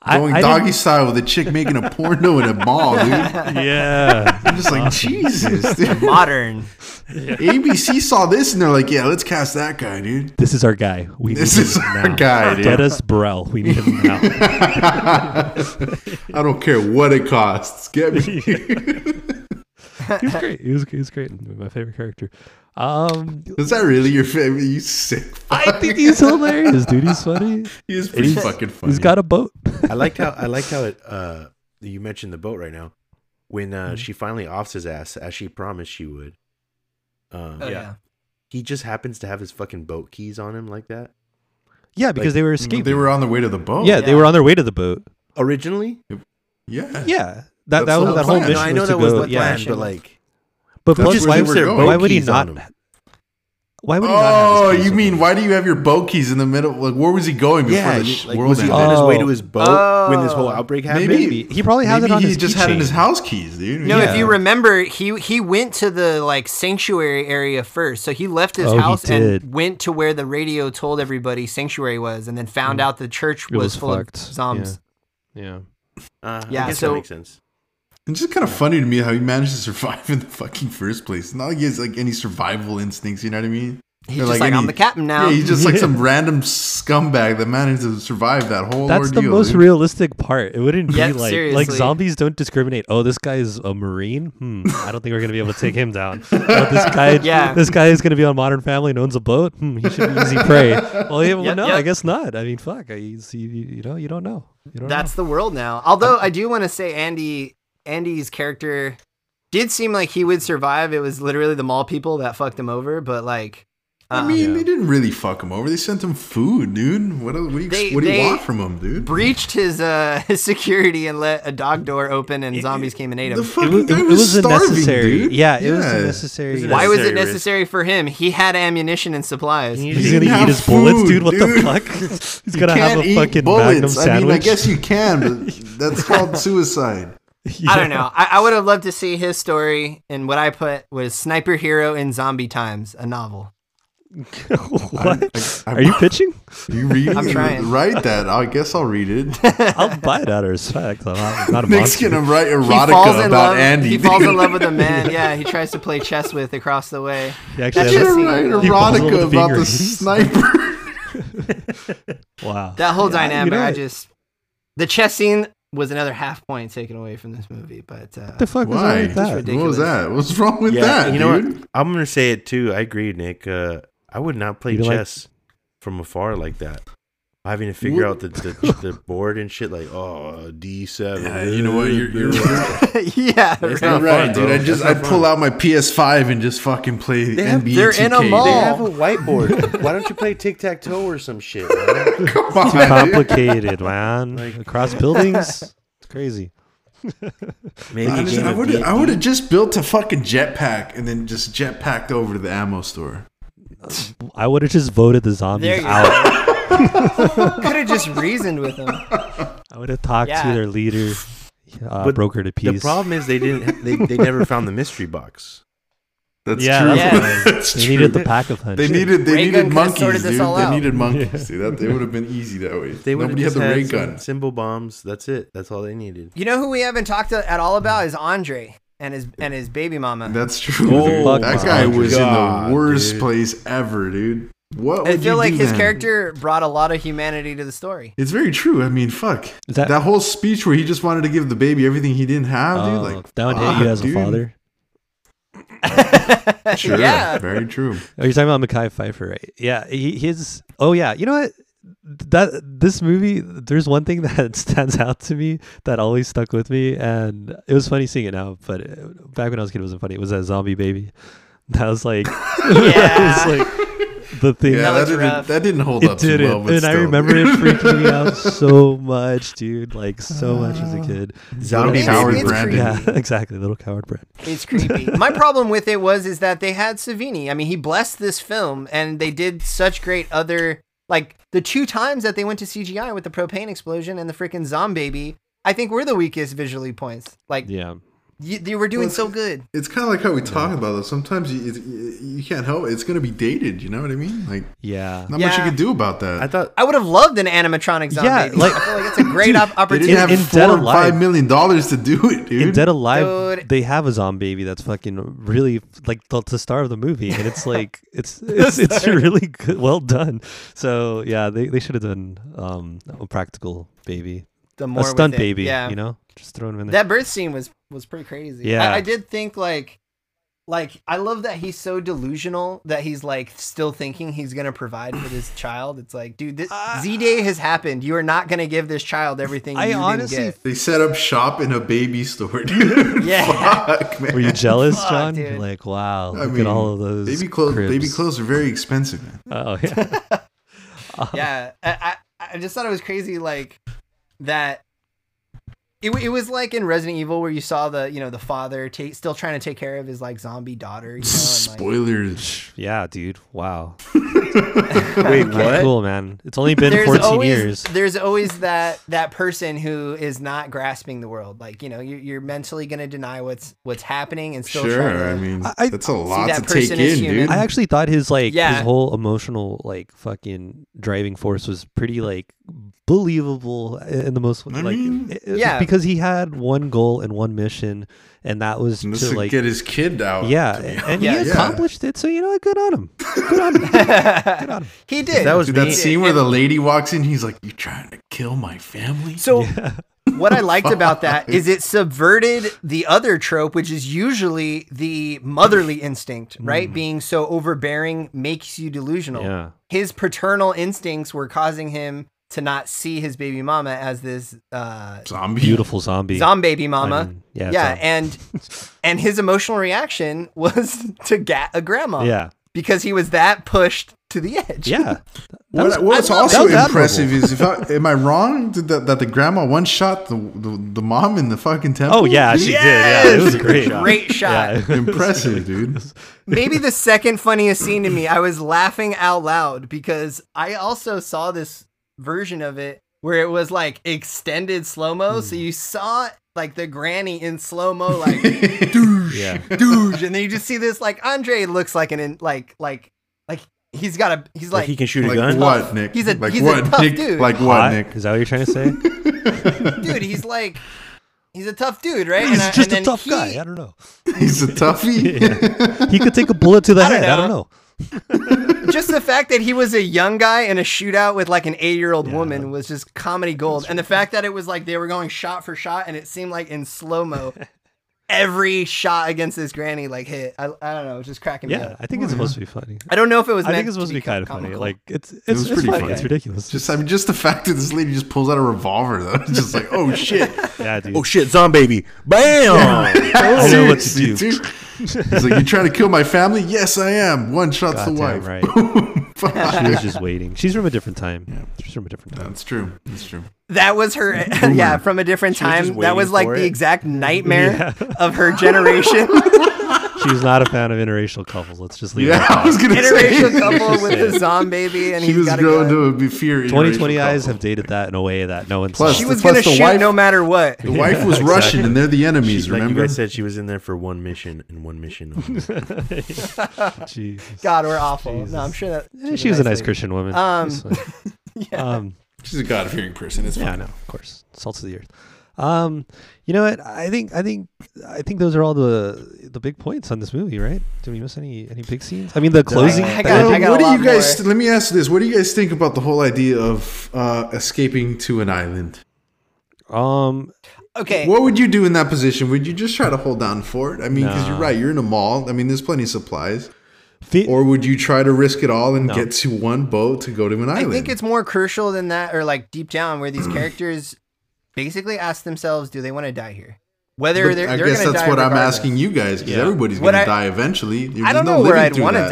I-
going
I didn't-
doggy style with a chick making a porno in a mall, dude. I'm
Yeah,
just like Jesus, dude.
Modern.
ABC saw this and they're like, yeah, let's cast that guy, dude.
this is our guy. We
This
need
is
him
our
now.
guy, dude.
Dennis Burrell. We need him now.
I don't care what it costs. Get me.
he was great. He was, he was great. My favorite character. Um,
Is that really your favorite? You sick.
I think he's hilarious, dude. He's funny.
He is pretty
he's-
fucking funny.
He's got a boat.
I liked how I liked how it. Uh, you mentioned the boat right now. When uh, she finally offs his ass as she promised she would. Um,
Oh, yeah.
He just happens to have his fucking boat keys on him like that.
Yeah, because
Like,
they were escaping.
Mm, They were on their way to the boat.
yeah, they
Yeah.
were on their way to the boat.
Originally,
Yeah.
Yeah.
That's the
That, that was
whole
that whole
plan.
mission.
No,
I
was
know
to
that was
go-
the
yeah.
plan, but like,
But
That's
plus,
where
why,
they
would-
were going.
why would he
Keys on
not?
him.
Why would he not?
Oh,
have his keys
you
on
mean
him?
why do you have your boat keys in the middle? Like, where was he going before
yeah,
the
you-
sh-
like,
world
was he
ended?
on his way to
Oh.
his boat when this whole
Oh.
outbreak happened?
Maybe,
Maybe. He probably has it
maybe
on
he
his
just had it in
keychain.
his house keys, dude.
No,
Yeah.
if you remember, he he went to the like sanctuary area first. So he left his
Oh, he
house
did.
and went to where the radio told everybody sanctuary was, and then found out the church
It
was,
was
full
fucked.
of zombies.
Yeah.
Uh,
Yeah,
I guess
so-
that makes sense.
It's just kind of funny to me how he managed to survive in the fucking first place. Not like he has like any survival instincts. You know what I mean?
He's
They're
just like,
any-
I'm the captain now.
Yeah, he's just like some random scumbag that managed to survive that whole
That's
ordeal.
the most
dude.
realistic part. It wouldn't be
Yeah,
like like
seriously.
zombies don't discriminate. Oh, this guy is a marine. Hmm, I don't think we're gonna be able to take him down. Oh, this guy,
Yeah.
this guy is gonna be on Modern Family and owns a boat. Hmm, he should be easy prey. Well, yeah, well
Yep,
no,
yep.
I guess not. I mean, fuck, I, you, see- you, you know, you don't know. You don't
That's the world now. Although I do want to say Andy Andy's character did seem like he would survive. It was literally the mall people that fucked him over, but like
I mean, they didn't really fuck him over. They sent him food, dude. What, el- what, do, you,
They-
what do you
they-
want from him, dude?
breached his uh his security and let a dog door open and zombies came and ate him.
The fucking
wa-
guy
it
was,
was
starving,
unnecessary.
dude.
Yeah, it was unnecessary.
Isn't
Why was it
Necessary risk.
necessary for him? He had ammunition and supplies.
He
He's
He
gonna
didn't
eat
have
his bullets,
food,
dude. What the
dude.
fuck? He's gonna
Can't
have a
eat
fucking Magnum
bullets.
sandwich.
I mean, I guess you can, but that's called suicide.
I don't know. I, I would have loved to see his story. And what I put was "Sniper Hero in Zombie Times," a novel.
what?
I- I-
Are you pitching?
You read?
I'm trying.
Write that. I guess I'll read it.
I'll buy it out of respect. I'm not, I'm not a
Nick's
monster.
gonna write
He falls
erotica
in
about
love.
Andy.
He falls
dude.
in love with a man. Yeah, he tries to play chess with across the way.
He actually
That's
has-
just-
You're right,
He
falls in
erotica
love with
about the
fingers.
sniper.
wow.
That whole dynamic,
know
I
what?
just the chess scene was another half point taken away from this movie. But uh,
what the fuck was wrong
Why?
with
It's
that?
ridiculous.
What was that? What's wrong with that,
you know
dude?
what? I'm gonna say it too. I agree, Nick. Uh, I would not play
You don't like-
chess from afar like that. Having to figure
What?
out the, the the board and shit, like oh D seven.
Yeah, you know what? You're, you're,
yeah, right.
It's not
you're right,
fun, bro.
dude. I just
That's not
I'd pull
fun.
out my PS5 and just fucking play
They have-
NBA.
they're in a
2K,
mall.
They
dude.
have a whiteboard. Why don't you play tic tac toe or some shit? man?
Come on, dude.
Complicated, man. Across buildings. It's crazy.
Maybe a
Honestly,
game
I
of
would have I
D&D.
would have just built a fucking jetpack and then just jetpacked over to the ammo store.
I would have just voted the
There
zombies
you
out.
go. Could have just reasoned with him.
I would have talked to
Yeah.
their leader, uh,
But
broker to peace.
The problem is they didn't. They, they never found the mystery box.
That's
Yeah,
true.
that's what I mean.
That's
they
true.
needed the pack of hunch.
they needed they
Ray gun
needed
could've
monkeys,
sorted this
dude.
all
They
out.
needed monkeys, dude. That they would have been easy that way.
They would've
Nobody had
just
the ray
some
gun.
Symbol bombs. That's it. That's all they needed.
You know who we haven't talked to at all about is Andre and his and his baby mama.
That's true.
Oh
dude.
my
That guy was in
God,
the worst
dude.
place ever, dude. What
Oh,
would
I feel
you
like
do
his
then?
character brought a lot of humanity to the story.
It's very true. I mean, fuck
Is
that,
that-
whole speech where he just wanted to give the baby everything he didn't have,
Oh,
dude. Like
that would hit you
fuck,
as a
dude.
father.
Sure,
Yeah.
very true.
Oh, you're talking about Mackay Pfeiffer, right? Yeah, he, his. Oh, yeah. You know what? That this movie, there's one thing that stands out to me that always stuck with me, and it was funny seeing it now. But uh, back when I was a kid, it wasn't funny. It was that zombie baby. That was like, that was like the thing.
Yeah,
That
that,
was
didn't
rough.
that didn't hold
it
up too
didn't,
well. But
and I
still.
remember it freaking me out so much, dude. Like so much as a kid.
Zombie
It's-
Coward
baby.
it's
Brandon.
creepy.
Yeah, exactly. Little coward Brad.
It's creepy. My problem with it was is that they had Savini. I mean, he blessed this film, and they did such great other like the two times that they went to CGI with the propane explosion and the freaking zombie. I think were the weakest visually points. Like
Yeah.
you, they were doing so good.
It's kind of like how we talk about though. Sometimes you, it, you can't help it. It's going to be dated. You know what I mean? Like,
Yeah.
not much you
Yeah.
can do about that.
I thought
I would have loved an animatronic zombie.
Yeah,
baby.
like-
I feel like it's a great op-
they
opportunity.
didn't have
in
four
Dead
or
Alive-
five million dollars to do it, dude.
In Dead Alive,
Dude.
they have a zombie baby that's fucking really like the, the star of the movie, and it's like it's it's, it's really good, well done. So yeah, they, they should have done um, a practical baby,
the
a
more
stunt
with it.
baby.
Yeah,
you know, just throw him in there.
that birth scene was was pretty crazy.
Yeah.
I, I did think like, like I love that he's so delusional that he's like still thinking he's gonna provide for this child. It's like, dude, this Z Day has happened. You are not gonna give this child everything.
I
you
honestly
didn't get.
they set up shop in a baby store, dude.
Yeah.
Fuck, man.
Were you jealous,
Fuck,
John?
dude.
You're like, wow,
I
look
mean,
at all of those
baby clothes. Baby
cribs.
clothes are very expensive, man.
Oh yeah,
yeah, I, I I just thought it was crazy like that. It, w- it was like in Resident Evil where you saw the you know the father ta- still trying to take care of his like zombie daughter. You know, and, like,
Spoilers.
yeah, dude. Wow,
wait what?
cool man. It's only been
there's
14
always,
years.
There's always that that person who is not grasping the world. Like you know, you're, you're mentally going to deny what's what's happening and still try
Sure,
to.
I mean
I- I-
that's a lot to
that
take
person is
in,
human.
dude.
I actually thought his like
Yeah.
his whole emotional like fucking driving force was pretty like believable in the most
I
like
mean-
it- it-
Yeah.
because he had one goal and one mission and that was
And this
to
would
like
get his kid out.
yeah
to be
and
Yeah.
he
Yeah.
accomplished it so you know what good on him good on him
he did.
That was
Dude,
me.
that scene where the lady walks in, he's like, "You trying to kill my family?"
so. What I liked about that is it subverted the other trope, which is usually the motherly instinct, right? Being so overbearing makes you delusional.
Mm. yeah
His paternal instincts were causing him to not see his baby mama as this uh,
Zombie.
beautiful zombie
zombie mama.
I mean, yeah
yeah,
zombie.
and and his emotional reaction was to gat a grandma.
yeah
because he was that pushed to the edge.
Yeah.
What,
was-
what's
I love-
also
that was
impressive is if I, am I wrong Did that, that the grandma one shot the, the the mom in the fucking temple?
Oh yeah, she did. Yeah, it was great.
Great shot.
Yeah.
impressive, dude.
Maybe the second funniest scene to me, I was laughing out loud because I also saw this version of it where it was like extended slow mo.
Hmm.
So you saw like the granny in slow mo, like douche,
Yeah.
douche, and then you just see this like Andre looks like an in, like like like he's got a he's
Like,
like
he can shoot a
Like
gun.
what, Nick?
He's a-
like
he's a
what,
tough
Nick?
dude.
Like what,
Hot?
Nick?
Is that what you're trying to say?
dude, he's like he's a tough dude, right?
He's
I-
just a
then
tough
he-
guy. I don't know.
He's a toughie.
He could take a bullet to the
I don't
head. I don't
know.
know.
just the fact that he was a young guy in a shootout with like an eight year old
Yeah.
woman was just comedy gold. And the fact that it was like they were going shot for shot and it seemed like in slow mo, every shot against this granny like hit. I, I don't know. It was just cracking me
Yeah,
up.
I think it's supposed to be funny.
I don't know if it was.
I
meant
think it's supposed to be kind of funny.
comical.
Like it's it's,
was
it's
pretty
funny.
funny.
It's ridiculous.
just I mean, just the fact that this lady just pulls out a revolver though, it's just like oh shit,
yeah, dude.
Oh shit, zombie! Bam!
I know what to
Seriously,
do.
dude. He's like, you trying to kill my family? Yes, I am. One shot's the
Goddamn
wife.
right. she was just waiting. She's from a different time. She's from a different time.
That's true. That's true.
That was her, yeah, from a different
was just
time. That was like
waiting for
the
it.
exact nightmare of her generation.
She was not a fan of interracial couples. Let's just leave it.
Yeah,
at
I
that.
was gonna
Interracial
say.
couple with the zombie, and
She
he's
was
got a
growing
gun.
to be fear. interracial
2020 eyes
couple.
have dated that in a way that no one
Plus-
saw.
She was
Plus
gonna
the
shoot
wife-
no matter what.
The wife was
exactly.
Russian, and they're the enemies.
She's, like you
remember?
guys said, she was in there for one mission and one mission only.
Jesus.
God, we're awful.
Jesus.
No, I'm sure that
Yeah, she was a nice
lady.
Christian woman.
Um,
It's fine. um,
She's a God fearing person. It's
yeah, I know, of course, salts of the earth. Um, you know what? I think, I think, I think those are all the the big points on this movie, right? Did we miss any any big scenes? I mean, the closing.
I
the
got-
ending-
I got
what
a
do
lot
you guys?
more.
Let me ask this: What do you guys think about the whole idea of uh, escaping to an island?
um,
Okay.
What would you do in that position? Would you just try to hold down for it? I mean, because you're right. You're in a mall. I mean, there's plenty of supplies.
the-
Or would you try to risk it all and get to one boat to go to an
I
island?
think it's more crucial than that, or like deep down, where these characters basically ask themselves, do they want to die here? Whether
But
they're,
I
they're
guess
gonna
that's
die
what I'm
regardless.
asking you guys because
Yeah.
everybody's
What
going to
I-
die eventually. There's
I don't
no
know where
living
I'd
through
want to
that.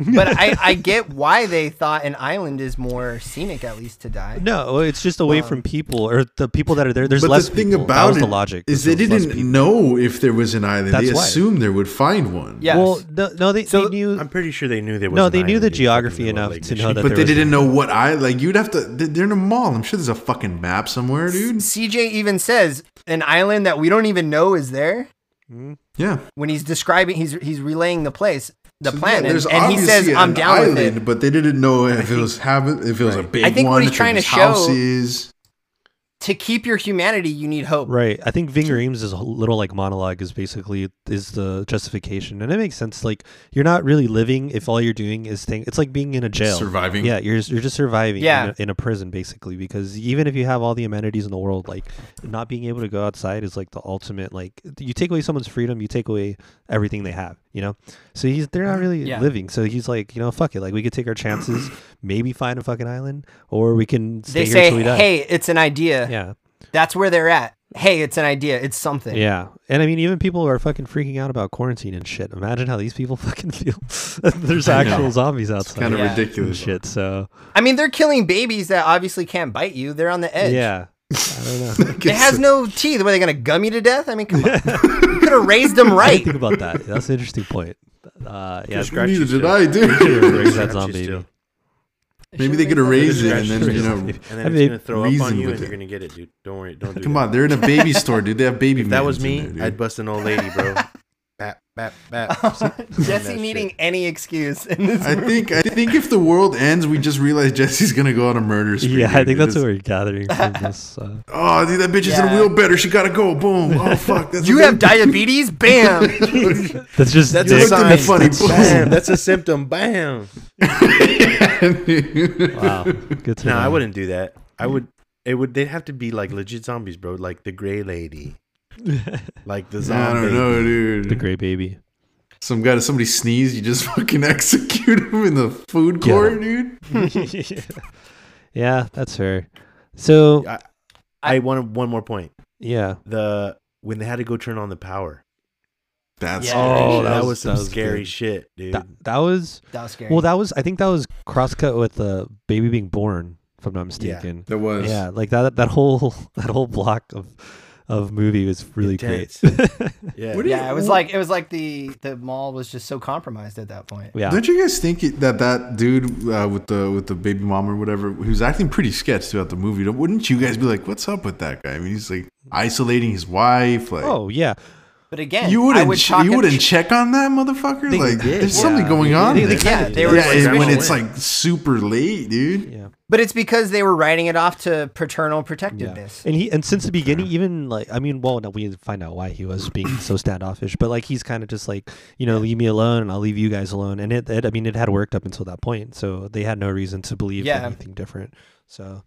die, but I, I get why they thought an island is more scenic, at least to die.
no, well, it's just away from people or the people that are there. There's
But
less
the thing
people. that
about
was
it
the logic.
is
There
they
was less
didn't
people.
know if there was an island.
That's
they
why.
assumed they would find one.
Yes.
Well, no, no, they,
So-
they knew.
I'm pretty sure they knew there was.
no,
an
they knew
island
the
in fucking
geography
Lake
enough to
Michigan.
know that.
But
there
they
was-
didn't know what I like. You'd have to. they- They're in a mall. I'm sure there's a fucking map somewhere, dude.
CJ even says an island that we don't even know is there
Yeah,
when he's describing. He's he's relaying the place, the
So, yeah,
planet,
there's
and he says,
obviously
"I'm
an
down with it."
But they didn't know if it was habit, if it was a big
I think what
one.
he's
if it
trying to
was
show-
houses.
To keep your humanity, you need hope.
Right. I think Ving Rhames' little like monologue is basically is the justification, and it makes sense. Like you're not really living if all you're doing is thing. It's like being in a jail,
Surviving.
Yeah, you're you're just surviving.
Yeah.
In a, in a prison basically, because even if you have all the amenities in the world, like not being able to go outside is like the ultimate. Like you take away someone's freedom, you take away everything they have. You know. So he's they're not really
Mm-hmm. Yeah.
living. So he's like, you know, fuck it. Like we could take our chances, maybe find a fucking island, or we can stay
They
here
say,
till we die.
"Hey, it's an idea."
Yeah.
That's where they're at. Hey, it's an idea. It's something.
Yeah, and I mean, even people are fucking freaking out about quarantine and shit. Imagine how these people fucking feel. There's
I know.
actual zombies outside.
Kind of
Yeah.
and
ridiculous.
shit. So
I mean, they're killing babies that obviously can't bite you. They're on the edge.
yeah, I don't know.
It has no teeth. Were they going to gum you to death? I mean, come on. you could have raised them
I
right.
didn't think about that. That's an interesting point. Uh, yeah,
Just
Neither
Scratchy
did I, dude.
Scratchy raise that
Scratchy
zombie.
still.
Maybe they could erase it and then you know.
And then
I
it's
mean,
gonna throw up
reason
on you,
with
and
it.
you're gonna get it, dude. Don't worry. Don't do
Come
that.
on, they're in a baby store, dude. They have baby.
If that was
mans
me,
in there, dude.
I'd bust an old lady, bro. bap, bap, bap.
Jesse needing any excuse in this
I
movie.
think I think if the world ends, we just realize Jesse's gonna go on a murder spree.
yeah, I
dude.
think
It
that's
is-
what we're gathering from this. Uh,
Oh, dude, that bitch is in a
Yeah.
wheel better. She gotta go. Boom. Oh fuck. That's
You
what
have
they-
diabetes? Bam.
that's just
That's
Dick.
dick.
a sign.
That's funny.
Bam. That's a symptom. Bam.
wow. Good to
No,
know.
I wouldn't do that. I would. It would. They'd have to be like legit zombies, bro. Like the gray lady. like the
I
zombie.
don't know, dude.
The gray baby.
Some guy, somebody sneezed, you just fucking execute him in the food
Yeah.
court, dude.
yeah, that's fair. So
I, I wanted one more point.
yeah,
The when they had to go turn on the power.
That's
Yeah.
scary.
Oh,
Dude,
that
that,
was-
was some
that was
scary
good.
shit, dude.
That, that was
That was scary.
well. That was I think that was crosscut with the baby being born, if I'm not mistaken.
There was.
Yeah, like that that whole that whole block of of movie was really
Intense.
great.
yeah.
What do
yeah,
you-
it was like it was like the the mall was just so compromised at that point.
yeah.
Don't you guys think it, that that dude uh, with the with the baby mom or whatever, he was acting pretty sketch throughout the movie? Don't- Wouldn't you guys be like, "What's up with that guy?" I mean, he's like isolating his wife. Like,
Oh yeah.
But again,
you
I
wouldn't
would
ch-
chalk
you
it-
wouldn't check on that motherfucker.
They
Like,
did,
there's
yeah.
something going on.
They- they
there.
Yeah, they
yeah,
were like,
and when
special
it's
ed.
like super late, dude.
Yeah.
But it's because they were writing it off to paternal
Yeah.
protectiveness.
And he and since the beginning, even like I mean, well, no, we find out why he was being so standoffish, but like he's kind of just like you know, leave me alone, and I'll leave you guys alone. And it, it, I mean, it had worked up until that point, so they had no reason to believe
Yeah.
anything different. So,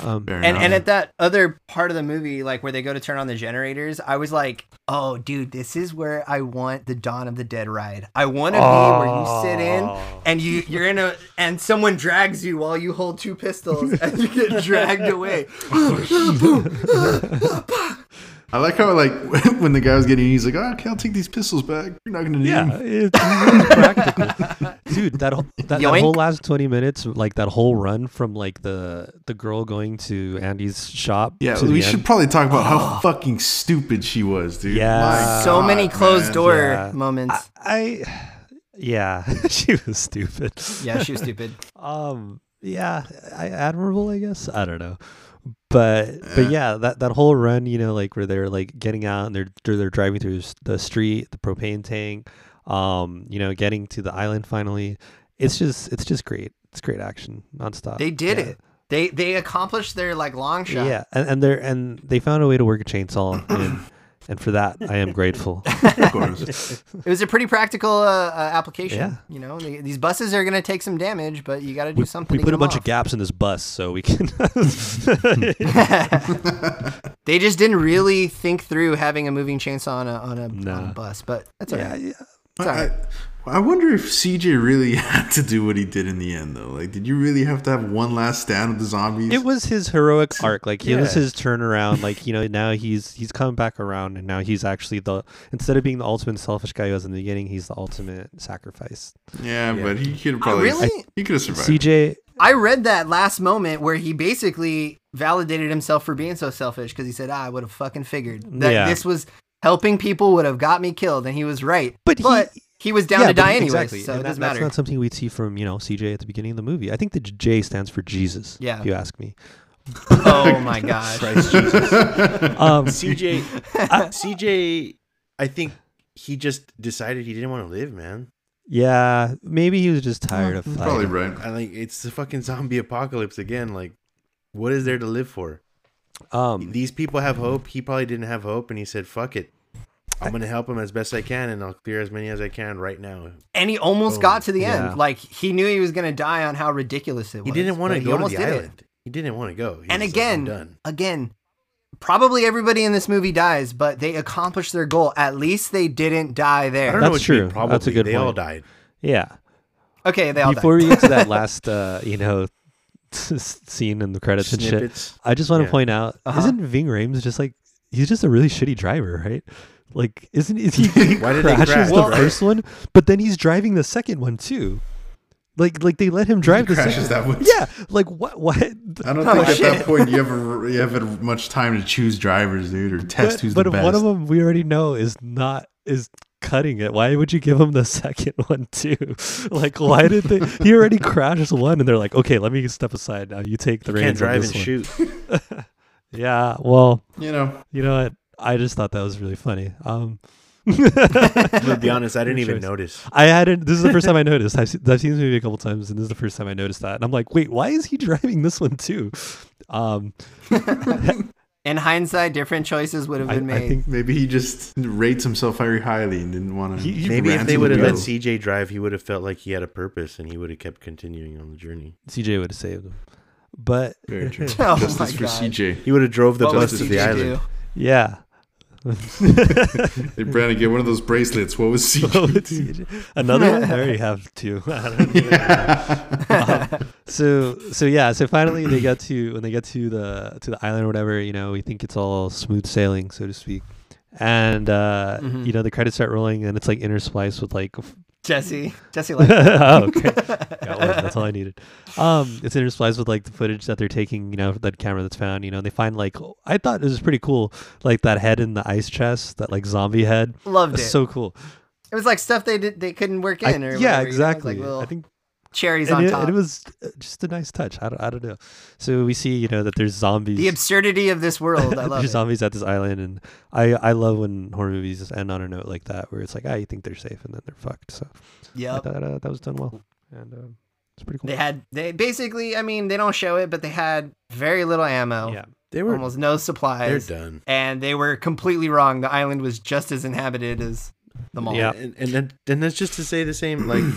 um,
Fair
And
enough.
and at that other part of the movie, like where they go to turn on the generators, I was like, "Oh, dude, this is where I want the Dawn of the Dead ride. I want to be where you sit
Oh.
in and you you're in a and someone drags you while you hold two pistols and you get dragged away.
I like how like when the guy was getting, he's like, oh, "Okay, I'll take these pistols back. You're not gonna need
yeah,
them."
it's really practical, dude. That whole- that, that whole
Yoink.
last twenty minutes, like that whole run from like the the girl going to Andy's shop.
Yeah,
to the
we
end. Oh.
should probably talk about how fucking stupid she was, dude.
Yeah.
My
so
God,
many closed
man.
door
yeah.
moments.
I, I yeah, she was stupid.
yeah, she was stupid.
um yeah I, admirable i guess i don't know but
Eh.
but yeah that that whole run you know like where they're like getting out and they're they're they're driving through s- the street the propane tank um you know getting to the island finally it's just it's just great it's great action nonstop
They did
Yeah.
it. They they accomplished their like long shot.
yeah and, and they're and they found a way to work a chainsaw and and for that i am grateful
Of course.
It was a pretty practical uh, uh, application.
Yeah.
You know, the- these buses are going to take some damage, but you got to do
we,
something.
we
to
put
get
a
them
bunch
off.
of gaps in this bus so we can
They just didn't really think through having a moving chainsaw on a on a, on
Nah.
a bus, but that's all
yeah,
right.
yeah
It's all right.
I, I wonder if CJ really had to do what he did in the end, though. Like, did you really have to have one last stand with the zombies?
It was his heroic arc. Like it was
Yeah.
his turnaround. Like you know now he's he's come back around and now he's actually the instead of being the ultimate selfish guy he was in the beginning, he's the ultimate sacrifice.
yeah,
Yeah.
but he could
Uh,
have probably
really?
he could have survived.
CJ,
I read that last moment where he basically validated himself for being so selfish because he said, ah, "I would have fucking figured that
Yeah.
this was helping people would have got me killed," and he was right.
But he-
he, was down
yeah,
to
but
die
he-
anyway,
exactly.
so
And
it
that-
doesn't
that's
matter.
not something we'd see from you know CJ at the beginning of the movie. I think the J stands for Jesus.
Yeah.
if you ask me.
oh my gosh!
Christ Jesus.
Um,
CJ, CJ, I think he just decided he didn't want to live, man.
yeah, maybe he was just tired of fighting.
probably right.
I like it's the fucking zombie apocalypse again. Like, what is there to live for?
Um,
These people have hope. He probably didn't have hope, and he said, "Fuck it." I'm gonna help him as best I can, and I'll clear as many as I can right now.
and he almost
Oh,
got to the
yeah.
end. Like he knew he was gonna die on how ridiculous it was.
He didn't want
but
to
he
go to
almost
the
did it.
island. He didn't want to go. He
And
was like, "I'm
again,
done.
again, probably everybody in this movie dies, but they accomplished their goal. At least they didn't die
I
there.
don't know
That's
what you
true.
mean,
That's a
Probably
good
they all
point.
died.
yeah.
Okay, they all
Before
died.
we get to that last, uh, you know, scene in the credits and shit,
Snippets.
I just want to
Yeah.
point out,
Uh-huh.
isn't Ving Rhames just like he's just a really shitty driver, right? Like, isn't is he? he
Why did they
crashes
crash,
the
right?
first one, but then he's driving the second one too. Like, like they let him drive the
crashes
second.
that one.
Yeah, Oh, like what? What?
I don't think at that point you ever you ever had much time to choose drivers, dude, or test
but
who's
but
the best.
one of them we already know is not is cutting it. Why would you give him the second one too? Like, why did they? He already crashed one, and they're like, okay, let me step aside now. You take the reins.
Can't
on
drive
this
and
one."
shoot.
Yeah. Well,
you know,
you know what? I just thought that was really funny. Um.
to be honest, I didn't
Good
even
choice.
notice.
I hadn't. This is the first time I noticed. I've seen, I've seen this movie a couple times, and this is the first time I noticed that. And I'm like, wait, why is he driving this one too? Um,
In hindsight, different choices would have
I,
been
I
made.
think
maybe he just rates himself very highly and didn't want
He-
to.
he-
Maybe
ran
if they
to
would have
the
let
goal.
CJ drive, he would have felt like he had a purpose and he would have kept continuing on the journey.
CJ would have saved him. But
Very true.
oh my
Justice for
god.
CJ.
He would have drove the
What
bus
would
to
CJ
the
do?
island.
yeah,
They probably get one of those bracelets. What was
What would
CJ?
CJ another one. I already have two. I don't know. Um, so so yeah. So finally, they get to when they get to the to the island or whatever. You know, we think it's all smooth sailing, so to speak. and uh,
Mhm.
you know the credits start rolling, and it's like interspliced with like
Jesse. Jesse likes
oh, okay. Got one. That's all I needed. Um, it's interspliced with like the footage that they're taking, you know, that camera that's found, you know, and they find like I thought it was pretty cool, like that head in the ice chest, that like zombie head.
Loved it.
That's so cool.
it was like stuff they did, they couldn't work
I-
in. or
yeah,
whatever, you know? It's
exactly.
Like
I
little
think
cherries
and
on
it,
top.
and it was uh, just a nice touch. I don't, I don't know. So we see, you know, that there's zombies.
the absurdity of this world. I love
there's
it.
zombies at this island, and I, I love when horror movies just end on a note like that, where it's like, ah, you think they're safe, and then they're fucked. So I
Yep.
thought uh, that was done well, and um, it's pretty cool.
They had they basically. I mean, they don't show it, but they had very little ammo.
yeah,
They were
Almost no
they're
supplies.
done.
and they were completely wrong. The island was just as inhabited as the mall.
Yeah.
Uh, And and that, and that's just to say the same like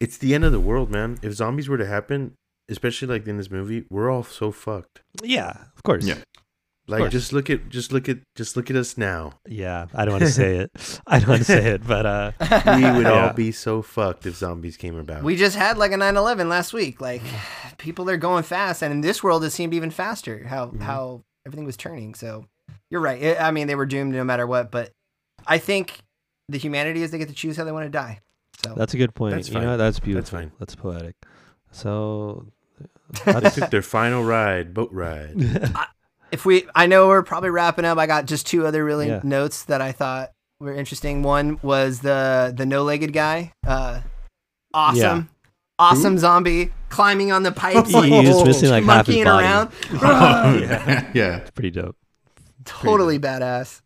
it's the end of the world, man. If zombies were to happen, especially like in this movie, we're all so fucked.
yeah, of course.
Yeah.
Like
course.
just look at just look at just look at us now.
Yeah, I don't want to say it. I don't want to say it, but uh,
We would
Yeah.
all be so fucked if zombies came about.
We just had like a 9/11 last week. Like people are going fast, and in this world, it seemed even faster. How how everything was turning. So you're right. It, I mean, they were doomed no matter what. But I think the humanity is they get to choose how they want to die. So
that's a good point.
That's
you
fine.
know, that's beautiful. That's
fine.
poetic. So
they
that's
took their final ride, boat ride.
if we, I know we're probably wrapping up. I got just two other really
Yeah.
notes that I thought were interesting. One was the the no legged guy. Uh, awesome.
Yeah.
Awesome zombie climbing on the pipes,
He was missing, like, half
monkeying
his body.
around.
yeah.
pretty dope.
totally badass.